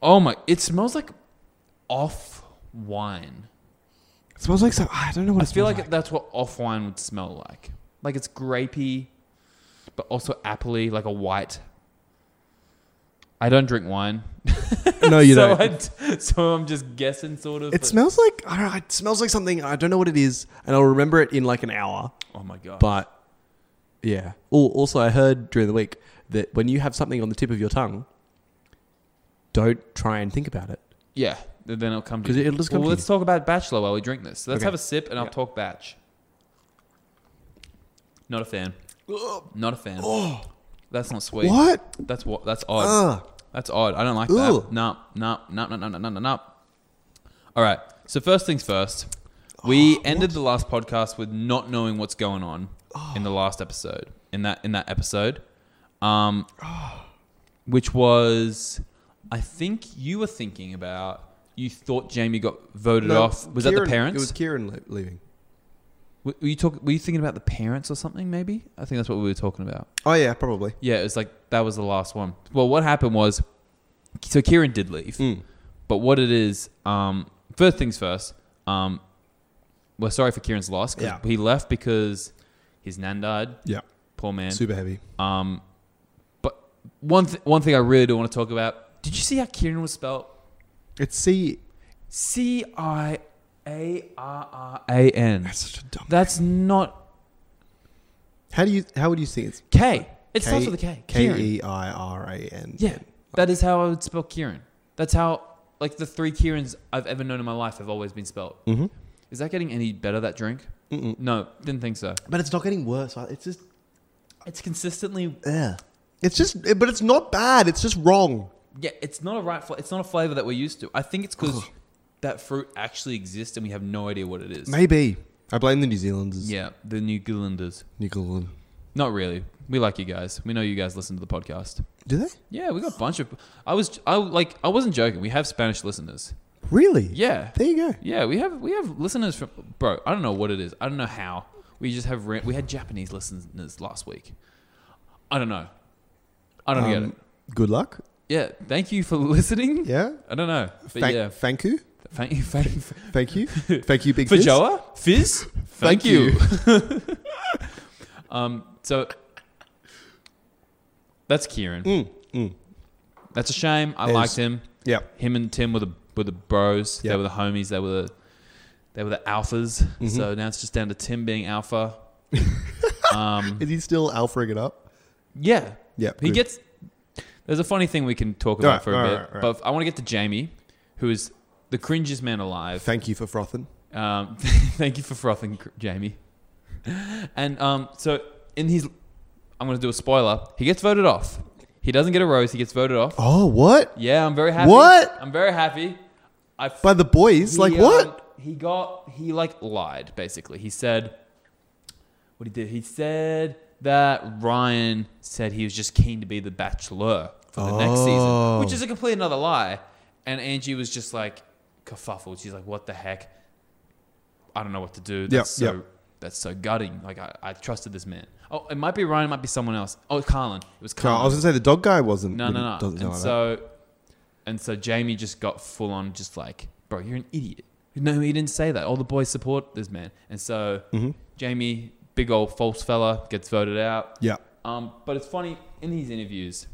Oh my! It smells like off wine. It smells like so. I don't know what I it feel smells like, that's what off wine would smell like. Like it's grapey, but also appley, like a white. I don't drink wine. no, you so don't. I d- so I'm just guessing, sort of. It but- smells like I don't- it smells like something. I don't know what it is, and I'll remember it in like an hour. Oh my god! But yeah. Oh, also, I heard during the week that when you have something on the tip of your tongue, don't try and think about it. yeah, th- then it'll come to 'Cause you. it'll just come Well, to let's talk about bachelor while we drink this. So let's Okay. have a sip and I'll Yeah. talk batch. Not a fan. Not a fan. That's not sweet. What? That's what. That's odd. Ugh. That's odd. I don't like Ugh. that. No, no, no, no, no, no, no, no, no. All right. So first things first, Oh, we ended the last podcast with not knowing what's going on in the last episode. In that in that episode, um, Oh. which was, I think you were thinking about. You thought Jamie got voted off. Was that the parents? It was Kieran le- leaving. were were you talk, Were you thinking about the parents or something? Maybe I think that's what we were talking about. Oh yeah, probably. Yeah, it was like that was the last one. Well, what happened was, so Kieran did leave, Mm. Hmm. but what it is, um, first things first, um, we're sorry for Kieran's loss. 'cause Yeah. he left because his nan died. Yeah, Poor man. super heavy. Um, but one th- one thing I really do want to talk about. Did you see how Kieran was spelled? It's C. C I A R R A N. That's such a dumb. That's not How do you? How would you see it? K. It starts with a K. K Kieran. e i r a n. Yeah, that is how I would spell Kieran. That's how, like, the three Kierans I've ever known in my life have always been spelled. Mm-hmm. Is that getting any better, that drink? Mm-mm. No, didn't think so. But it's not getting worse. right? It's just. Uh. It's consistently, Yeah. It's just. it- But it's not bad. It's just wrong. yeah, it's not a right, fla- it's not a flavor that we're used to. I think it's because that fruit actually exists and we have no idea what it is. Maybe. I blame the New Zealanders. Yeah, the New Zealanders. New Zealand. Not really. We like you guys. We know you guys listen to the podcast. Do they? Yeah, we got a bunch of. I was, I like, I wasn't joking. We have Spanish listeners. Really? Yeah. There you go. Yeah, we have we have listeners from bro. I don't know what it is. I don't know how. We just have rant. We had Japanese listeners last week. I don't know. I don't get Um, it. Good luck. Yeah, thank you for listening. Yeah. I don't know, but Thank, yeah, thank you. thank you, thank you Thank you. Thank you, Big for Fizz. Joa Fizz. Thank, Thank you. um, so that's Kieran. Mm, mm. That's a shame. I There's- liked him. Yeah. Him and Tim were the were the bros. They Yep. Mm-hmm. were the homies. They were the they were the alphas. So now it's just down to Tim being alpha. Is he still alphaing it up? Yeah. Yep, He good. gets. There's a funny thing we can talk about Alright, for a alright, bit, alright, alright. but I want to get to Jamie, who is the cringiest man alive. Thank you for frothing. Um, thank you for frothing, cr- Jamie. And um, so in his, I'm going to do a spoiler. He gets voted off. He doesn't get a rose. He gets voted off. Oh, what? Yeah, I'm very happy. What? I'm very happy. I f- By the boys? he, like, um, what? he got he like lied basically. He said what he did. He said that Ryan said he was just keen to be the bachelor for the next season, Oh. which is a complete another lie. And Angie was just like kerfuffled. She's like, "What the heck? I don't know what to do. That's Yep, so yep. that's so gutting. Like I, I trusted this man. Oh, it might be Ryan. It might be someone else. Oh, Carlin. It was No, Carlin. I was going to say the dog guy wasn't. No, no, no. doesn't sound And like so, and so Jamie just got full on, just like, bro, you're an idiot. No, he didn't say that. All the boys support this man. And so Mm-hmm. Jamie, big old false fella, gets voted out. that. Yeah. Um, but it's funny in these interviews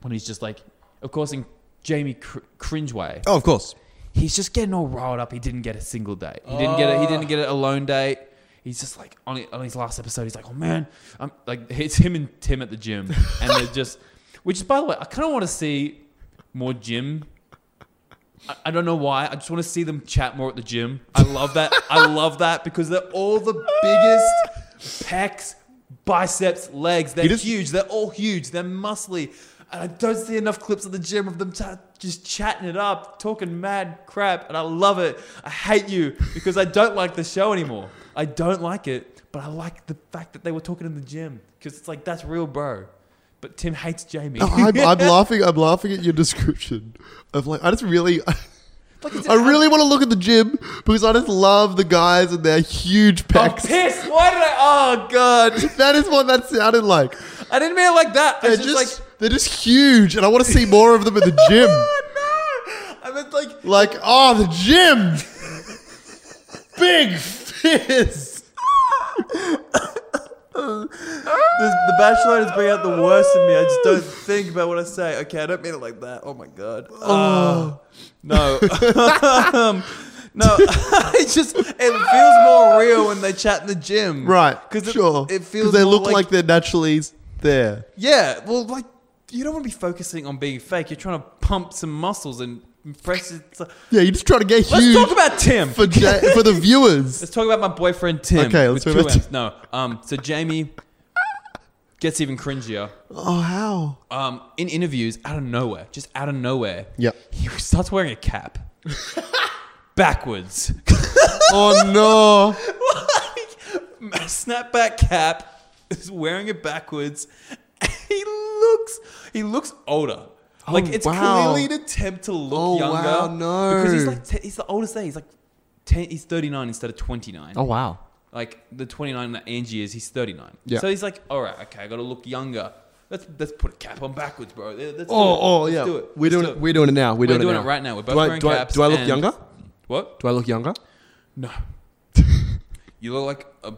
when he's just like, of course, in Jamie cr- cringe way, Oh, of course. he's just getting all riled up. He didn't get a single date. He didn't get a, he didn't get a alone date. He's just like on, on his last episode. He's like, oh man, I'm like it's him and Tim at the gym, and they're just. Which is, by the way, I kind of want to see more gym. I, I don't know why. I just want to see them chat more at the gym. I love that. I love that because they're all the biggest pecs, biceps, legs. They're He just- huge. They're all huge. They're muscly. And I don't see enough clips at the gym of them t- just chatting it up, talking mad crap. And I love it. I hate you because I don't like the show anymore. I don't like it, but I like the fact that they were talking in the gym because it's like, that's real, bro. But Tim hates Jamie. No, I'm, I'm laughing. I'm laughing at your description of like. I just really, Like, it's- I really want to look at the gym because I just love the guys and their huge I'm pecs. pissed. Why did I? Oh god, that is what that sounded like. I didn't mean it like that. I They're was just, just, they're just huge, and I want to see more of them at the gym. like, I meant like Like, oh, the gym, big fizz. the, the Bachelor is bringing out the worst in me. I just don't think about what I say. Okay, I don't mean it like that. Oh my god. Oh no, Um, no. it just it feels more real when they chat in the gym, Right, Because sure. it, feels they more look like they're naturally there. Yeah, well, like you don't want to be focusing on being fake. You're trying to pump some muscles and impress. It's like- Yeah, you're just trying to get Let's huge talk about Tim. for ja- for the viewers. Let's talk about my boyfriend Tim. Okay, let's with talk two about M's. No, um, so Jamie gets even cringier. Oh, how? Um, in interviews, out of nowhere, just out of nowhere, Yeah. he starts wearing a cap backwards, Oh no! snapback cap, is wearing it backwards. he looks, he looks older. like it's Oh, wow. clearly an attempt to look Oh, younger. wow, no. because he's like, t- he's the oldest there. He's like, 10, he's thirty nine instead of twenty nine. wow! like the 29 that Angie is, he's 39. Yeah. So he's like, all right, okay, I got to look younger. Let's let's put a cap on backwards, bro. Let's do it. Oh, oh Let's yeah. do it. We're Let's doing do it. We're doing it now. We're, We're doing, doing it, it now. right now. We're both do I, wearing do I, caps Do I look and- younger? What? Do I look younger? No. You look like a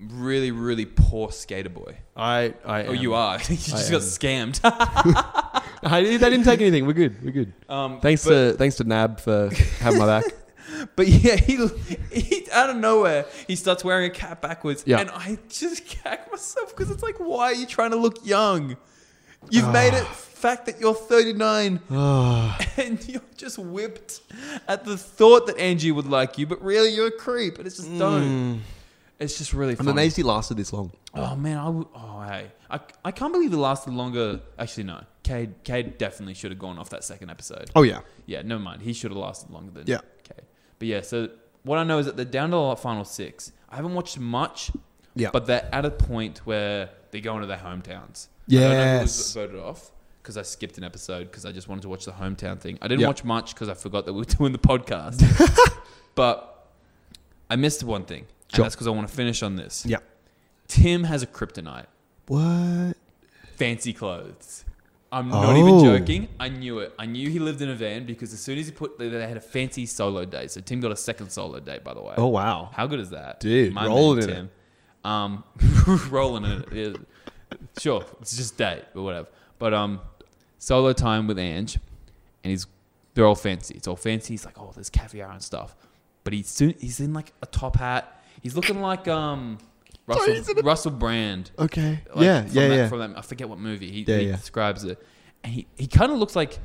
really really poor skater boy. I. I Oh, you are. you am. just got scammed. I, they didn't take anything. We're good. We're good. um, Thanks but, to thanks to Nab for having my back. But yeah, he, he out of nowhere he starts wearing a cap backwards, Yeah. and I just cack myself because it's like, why are you trying to look young? You've Ah. made it fact that you're 39 and you're just whipped at the thought that Angie would like you, but really you're a creep, and it's just don't. It's just really I'm funny. amazed he lasted this long. Oh man, I w- oh hey, I, I can't believe it lasted longer. Actually, no, Cade Cade definitely should have gone off that second episode. Oh yeah. Yeah, never mind. He should have lasted longer than Yeah. Okay. But yeah, so what I know is that they're down to the final six. I haven't watched much. Yeah. But they're at a point where they go into their hometowns. I don't know who was Yes. voted off because I skipped an episode because I just wanted to watch the hometown thing. I didn't Yeah. watch much because I forgot that we were doing the podcast. but I missed one thing. Sure. that's because I want to finish on this. Yeah. Uh, Tim has a kryptonite. What? Fancy clothes. I'm not even Oh. joking. I knew it. I knew he lived in a van because as soon as he put, they they had a fancy solo day. So Tim got a second solo day, by the way. Oh wow. How good is that, Dude, rolling in it. Um, rolling in it. yeah. Sure, it's just date, but whatever. But um, solo time with Ange, and he's they're all fancy. It's all fancy. He's like, oh, there's caviar and stuff. But he's soon he's in like a top hat. He's looking like um Russell he's in a- Russell Brand. Okay. Like, yeah. from Yeah. that, Yeah. From that, I forget what movie he, Yeah, he yeah. describes it, and he, he kind of looks like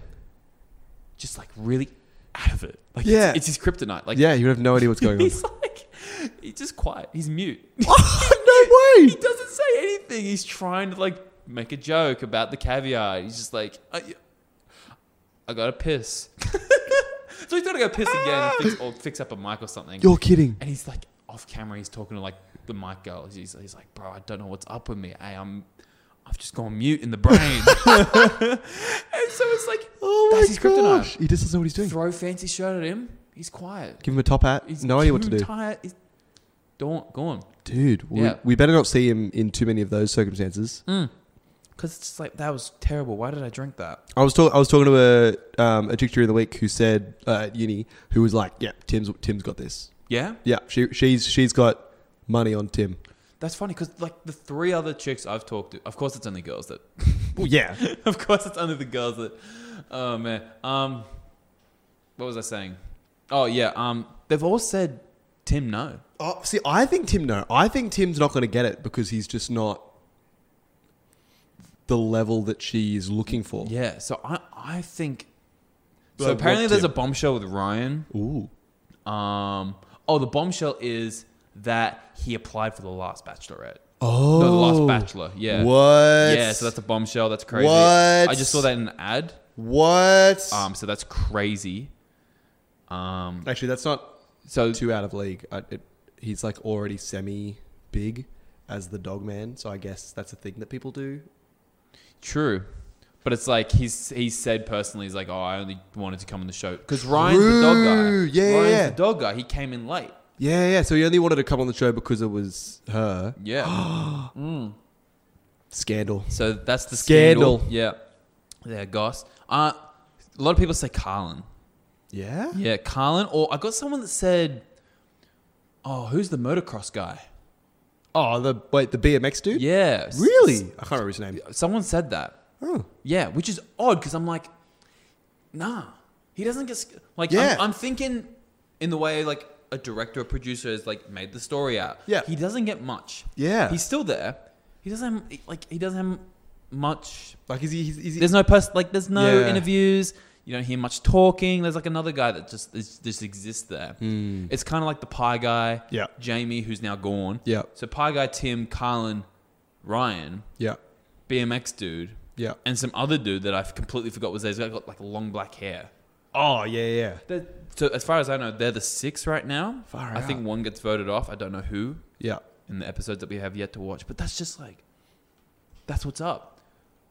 just like really out of it. Like Yeah. it's, it's his kryptonite. Like yeah. You have no idea what's going on. he's like, he's just quiet. He's mute. no way. he doesn't say anything. He's trying to like make a joke about the caviar. He's just like, I, I gotta piss. so he's gotta go piss again and fix, or fix up a mic or something. You're kidding. and he's like off camera. He's talking to like the mic girl. He's, he's like, bro, I don't know what's up with me. Hey, I'm. I've just gone mute in the brain. and so it's like, Oh my that's his gosh. kryptonite. He just doesn't know what he's doing. Throw a fancy shirt at him. He's quiet. Give him a top hat. He's no idea what to too do. Tired. He's don't go on. Dude, we, Yeah. Mm. we better not see him in too many of those circumstances. Because it's just like, that was terrible. Why did I drink that? I was talking. I was talking to a um, a chick during the week who said uh, at uni who was like, "Yeah, Tim's Tim's got this. Yeah? Yeah, she she's she's got money on Tim. That's funny because, like, the three other chicks I've talked to, of course, it's only girls that, Well, yeah, of course, it's only the girls that, oh man. Um, what was I saying? Oh, yeah. Um, they've all said Tim no. Oh, see, I think Tim. No, I think Tim's not going to get it because he's just not the level that she is looking for. Yeah. So I, I think. So Well, apparently what there's a Tim? bombshell with Ryan. Ooh. Um, oh, the bombshell is that he applied for the last bachelorette. Oh. No, the last bachelor. Yeah. What? Yeah, so that's a bombshell. That's crazy. What? I just saw that in an ad. what? Um, so that's crazy. Um, Actually, that's not so too out of league. I, it, he's like already semi big as the dog man, so I guess that's a thing that people do. true, but it's like he's he said personally, he's like, oh, I only wanted to come on the show because Ryan's the dog True. guy. Yeah, yeah, Ryan's yeah. the dog guy. He came in late. Yeah, yeah. So he only wanted to come on the show because it was her Yeah. scandal. so that's the Scandal. scandal. Yeah. Yeah, goss. Uh, a lot of people say Carlin. Yeah. Yeah, Carlin. Or I got someone that said, oh, who's the motocross guy? Oh, the wait, the BMX dude. Yeah. s- Really? I can't remember his name. s- Someone said that. Oh. Yeah, which is odd because I'm like, nah, he doesn't get sc- like. Yeah. I'm, I'm thinking in the way like a director or producer has like made the story out. Yeah. he doesn't get much. Yeah. he's still there. He doesn't have, like he doesn't have much. Like is he? Is, is he There's no pers- like there's no Yeah. interviews. You don't hear much talking. There's like another guy that just is, just exists there. It's kind of like the pie guy. Hmm. Yeah. Jamie, who's now gone. Yeah. So pie guy, Tim, Carlin, Ryan, yeah. BMX dude Yeah. and some other dude that I completely forgot was there. He's got got, like long black hair. Oh yeah yeah. They're- so as far as I know, they're the six right now. Far I think out. one gets voted off. I don't know who Yeah. in the episodes that we have yet to watch, but that's just like, that's what's up.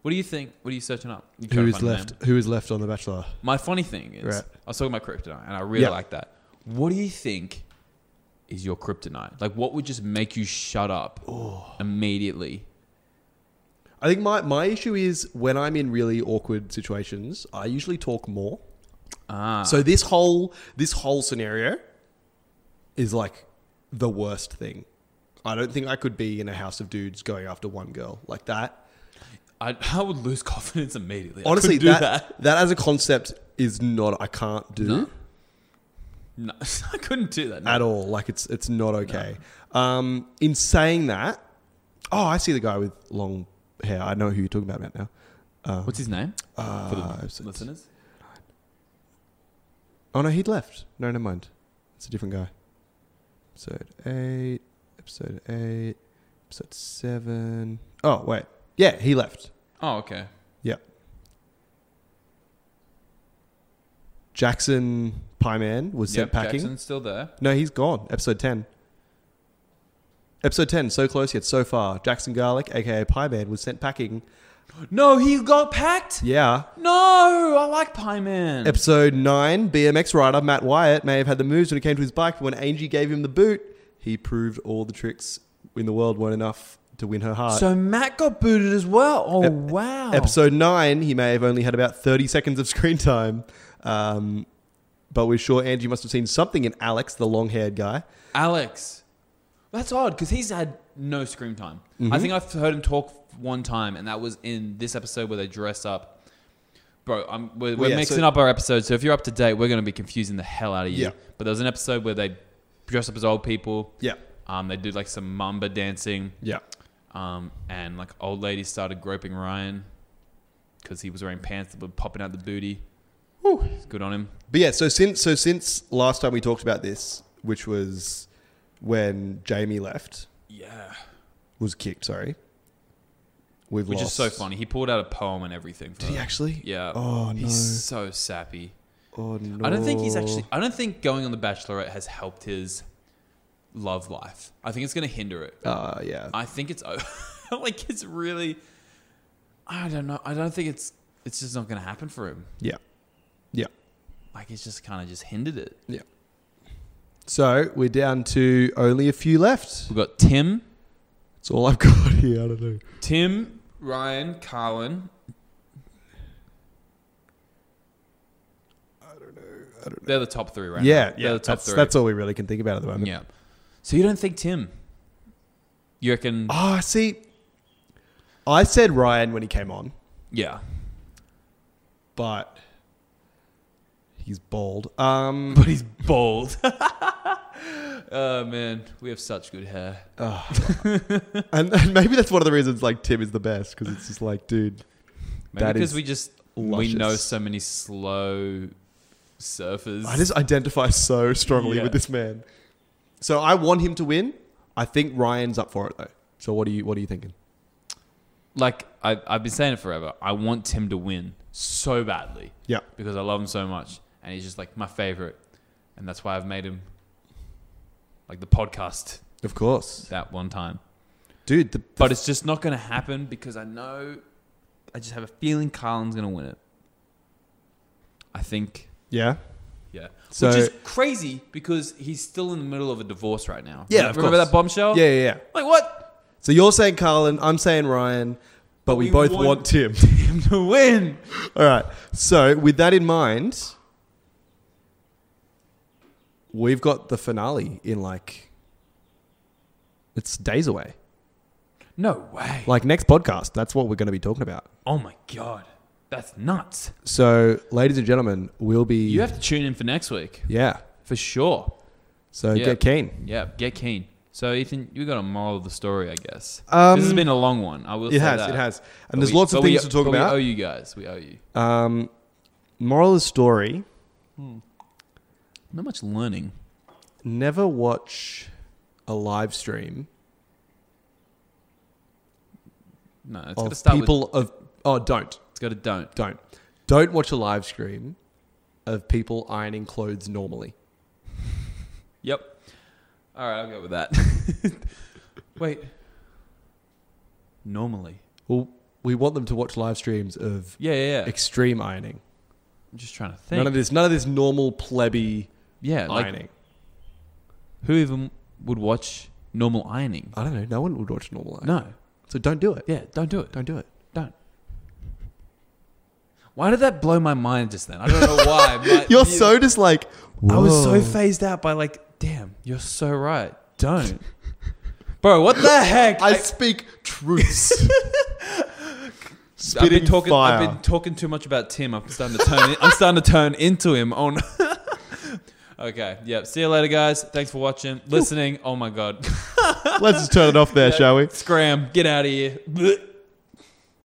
What do you think? What are you searching up? You Who trying to is find a left? name. Who is left on the Bachelor? My funny thing is, Right. I was talking about kryptonite, and I really Yeah. like that. What do you think is your kryptonite? Like, what would just make you shut up Oh. immediately? I think my my issue is when I'm in really awkward situations, I usually talk more. Ah, So this whole this whole scenario is like the worst thing. I don't think I could be in a house of dudes going after one girl like that. I, I would lose confidence immediately. I Honestly, couldn't do that, that. that as a concept is not I can't do No. No, I couldn't do that. No. at all. Like it's it's not okay. Um, in saying that, oh, I see the guy with long hair. I know who you're talking about right now. What's his name? For the Uh, it's- it's- listeners? Oh no, he'd left. No, never mind. It's a different guy. Episode eight. Episode eight. Episode seven. Oh wait, yeah, he left. Oh, okay. Yeah. Jackson Pieman was sent Yep, packing. Jackson's still there. No, he's gone. Episode ten. Episode ten. So close yet so far. Jackson Garlic, aka Pieman, was sent packing. No, he got packed? Yeah. No, I like Pie Man. Episode 9, BMX rider Matt Wyatt may have had the moves when it came to his bike, but when Angie gave him the boot, he proved all the tricks in the world weren't enough to win her heart. so Matt got booted as well. Oh Ep- wow! Episode nine, he may have only had about 30 seconds of screen time. Um, but we're sure Angie must have seen something in Alex, the long haired guy. Alex, that's odd because he's had no screen time. I think I've heard him talk one time, and that was in this episode where they dress up. Bro, I'm, we're, we're yeah, mixing so- up our episodes, so if you're up to date, we're going to be confusing the hell out of you. Yeah. But there was an episode where they dress up as old people. Yeah. Um, they did like some mamba dancing. Yeah. Um, and like old ladies started groping Ryan because he was wearing pants that were popping out the booty. It's good on him. But yeah, so since so since last time we talked about this, which was when Jamie left, Yeah. was kicked, sorry. We've Which lost. is so funny. He pulled out a poem and everything. For Did he her. actually? Yeah. Oh no. He's so sappy. oh no. I don't think he's actually. I don't think going on the Bachelorette has helped his love life. I think it's going to hinder it. Uh yeah. I think it's o- like it's really. I don't know. I don't think it's. It's just not going to happen for him. yeah. Yeah. Like it's just kind of just hindered it. Yeah. So we're down to only a few left. We've got Tim, That's all I've got here. I don't know. Tim, Ryan, Carlin. I don't know. I don't know. They're the top three right now. Yeah, They're yeah. the top that's, three. that's all we really can think about at the moment. yeah. So you don't think Tim? You reckon? Ah, see, I said Ryan when he came on, Yeah. but he's bald. Um, but he's bald. oh man, we have such good hair. and, and maybe that's one of the reasons like Tim is the best because it's just like, dude, Maybe That because is we just luscious. we know so many slow surfers. I just identify so strongly Yeah. with this man. So I want him to win. I think Ryan's up for it though. So what are you what are you thinking? like I, I've been saying it forever. I want Tim to win so badly Yeah, because I love him so much, and he's just like my favorite, and that's why I've made him like the podcast of course, that one time. dude. The, But it's just not going to happen because I know. I just have a feeling Carlin's going to win it. I think. yeah, Yeah. So- Which is crazy because he's still in the middle of a divorce right now. Yeah, Remember, of remember course. that bombshell? yeah, yeah, yeah. Like what? So you're saying Carlin, I'm saying Ryan, but, we, we both want- want Tim. Him to win. All right. So with that in mind, we've got the finale in like it's days away. No way. Like next podcast, that's what we're going to be talking about. oh my god. That's nuts. So, ladies and gentlemen, we'll be You have to tune in for next week. yeah. For sure. So Yeah. get keen. Yeah, get keen. So Ethan, you got a moral of the story, I guess. Um, this has been a long one. I will It say has, that. it has, But and there's we- lots of but we- things to talk but about. We owe you guys. We owe you. Um, moral of the story: Not much learning. Never watch a live stream No, it's got to of start with. people of oh, don't It's got to don't. Don't. Don't watch a live stream of people ironing clothes normally. Yep. All right, I'll go with that. Wait. Normally. Well, we want them to watch live streams of Yeah, yeah, yeah. extreme ironing. I'm just trying to think. None of this none of this normal plebby yeah, like ironing. who even would watch normal ironing? I don't know, no one would watch normal ironing. No. So don't do it. Yeah, don't do it. Don't do it. Don't. Why did that blow my mind just then? I don't know why. but You're you- so just like I was so whoa. phased out by like, damn, you're so right. Don't. Bro, what the heck? I speak truths. I've Spitting been talking. fire. I've been talking too much about Tim. I'm starting to turn. I'm starting to turn into him. On. okay. Yeah. See you later, guys. Thanks for watching, listening. Oh my god. Let's just turn it off there, shall we? Scram. Get out of here. Blech.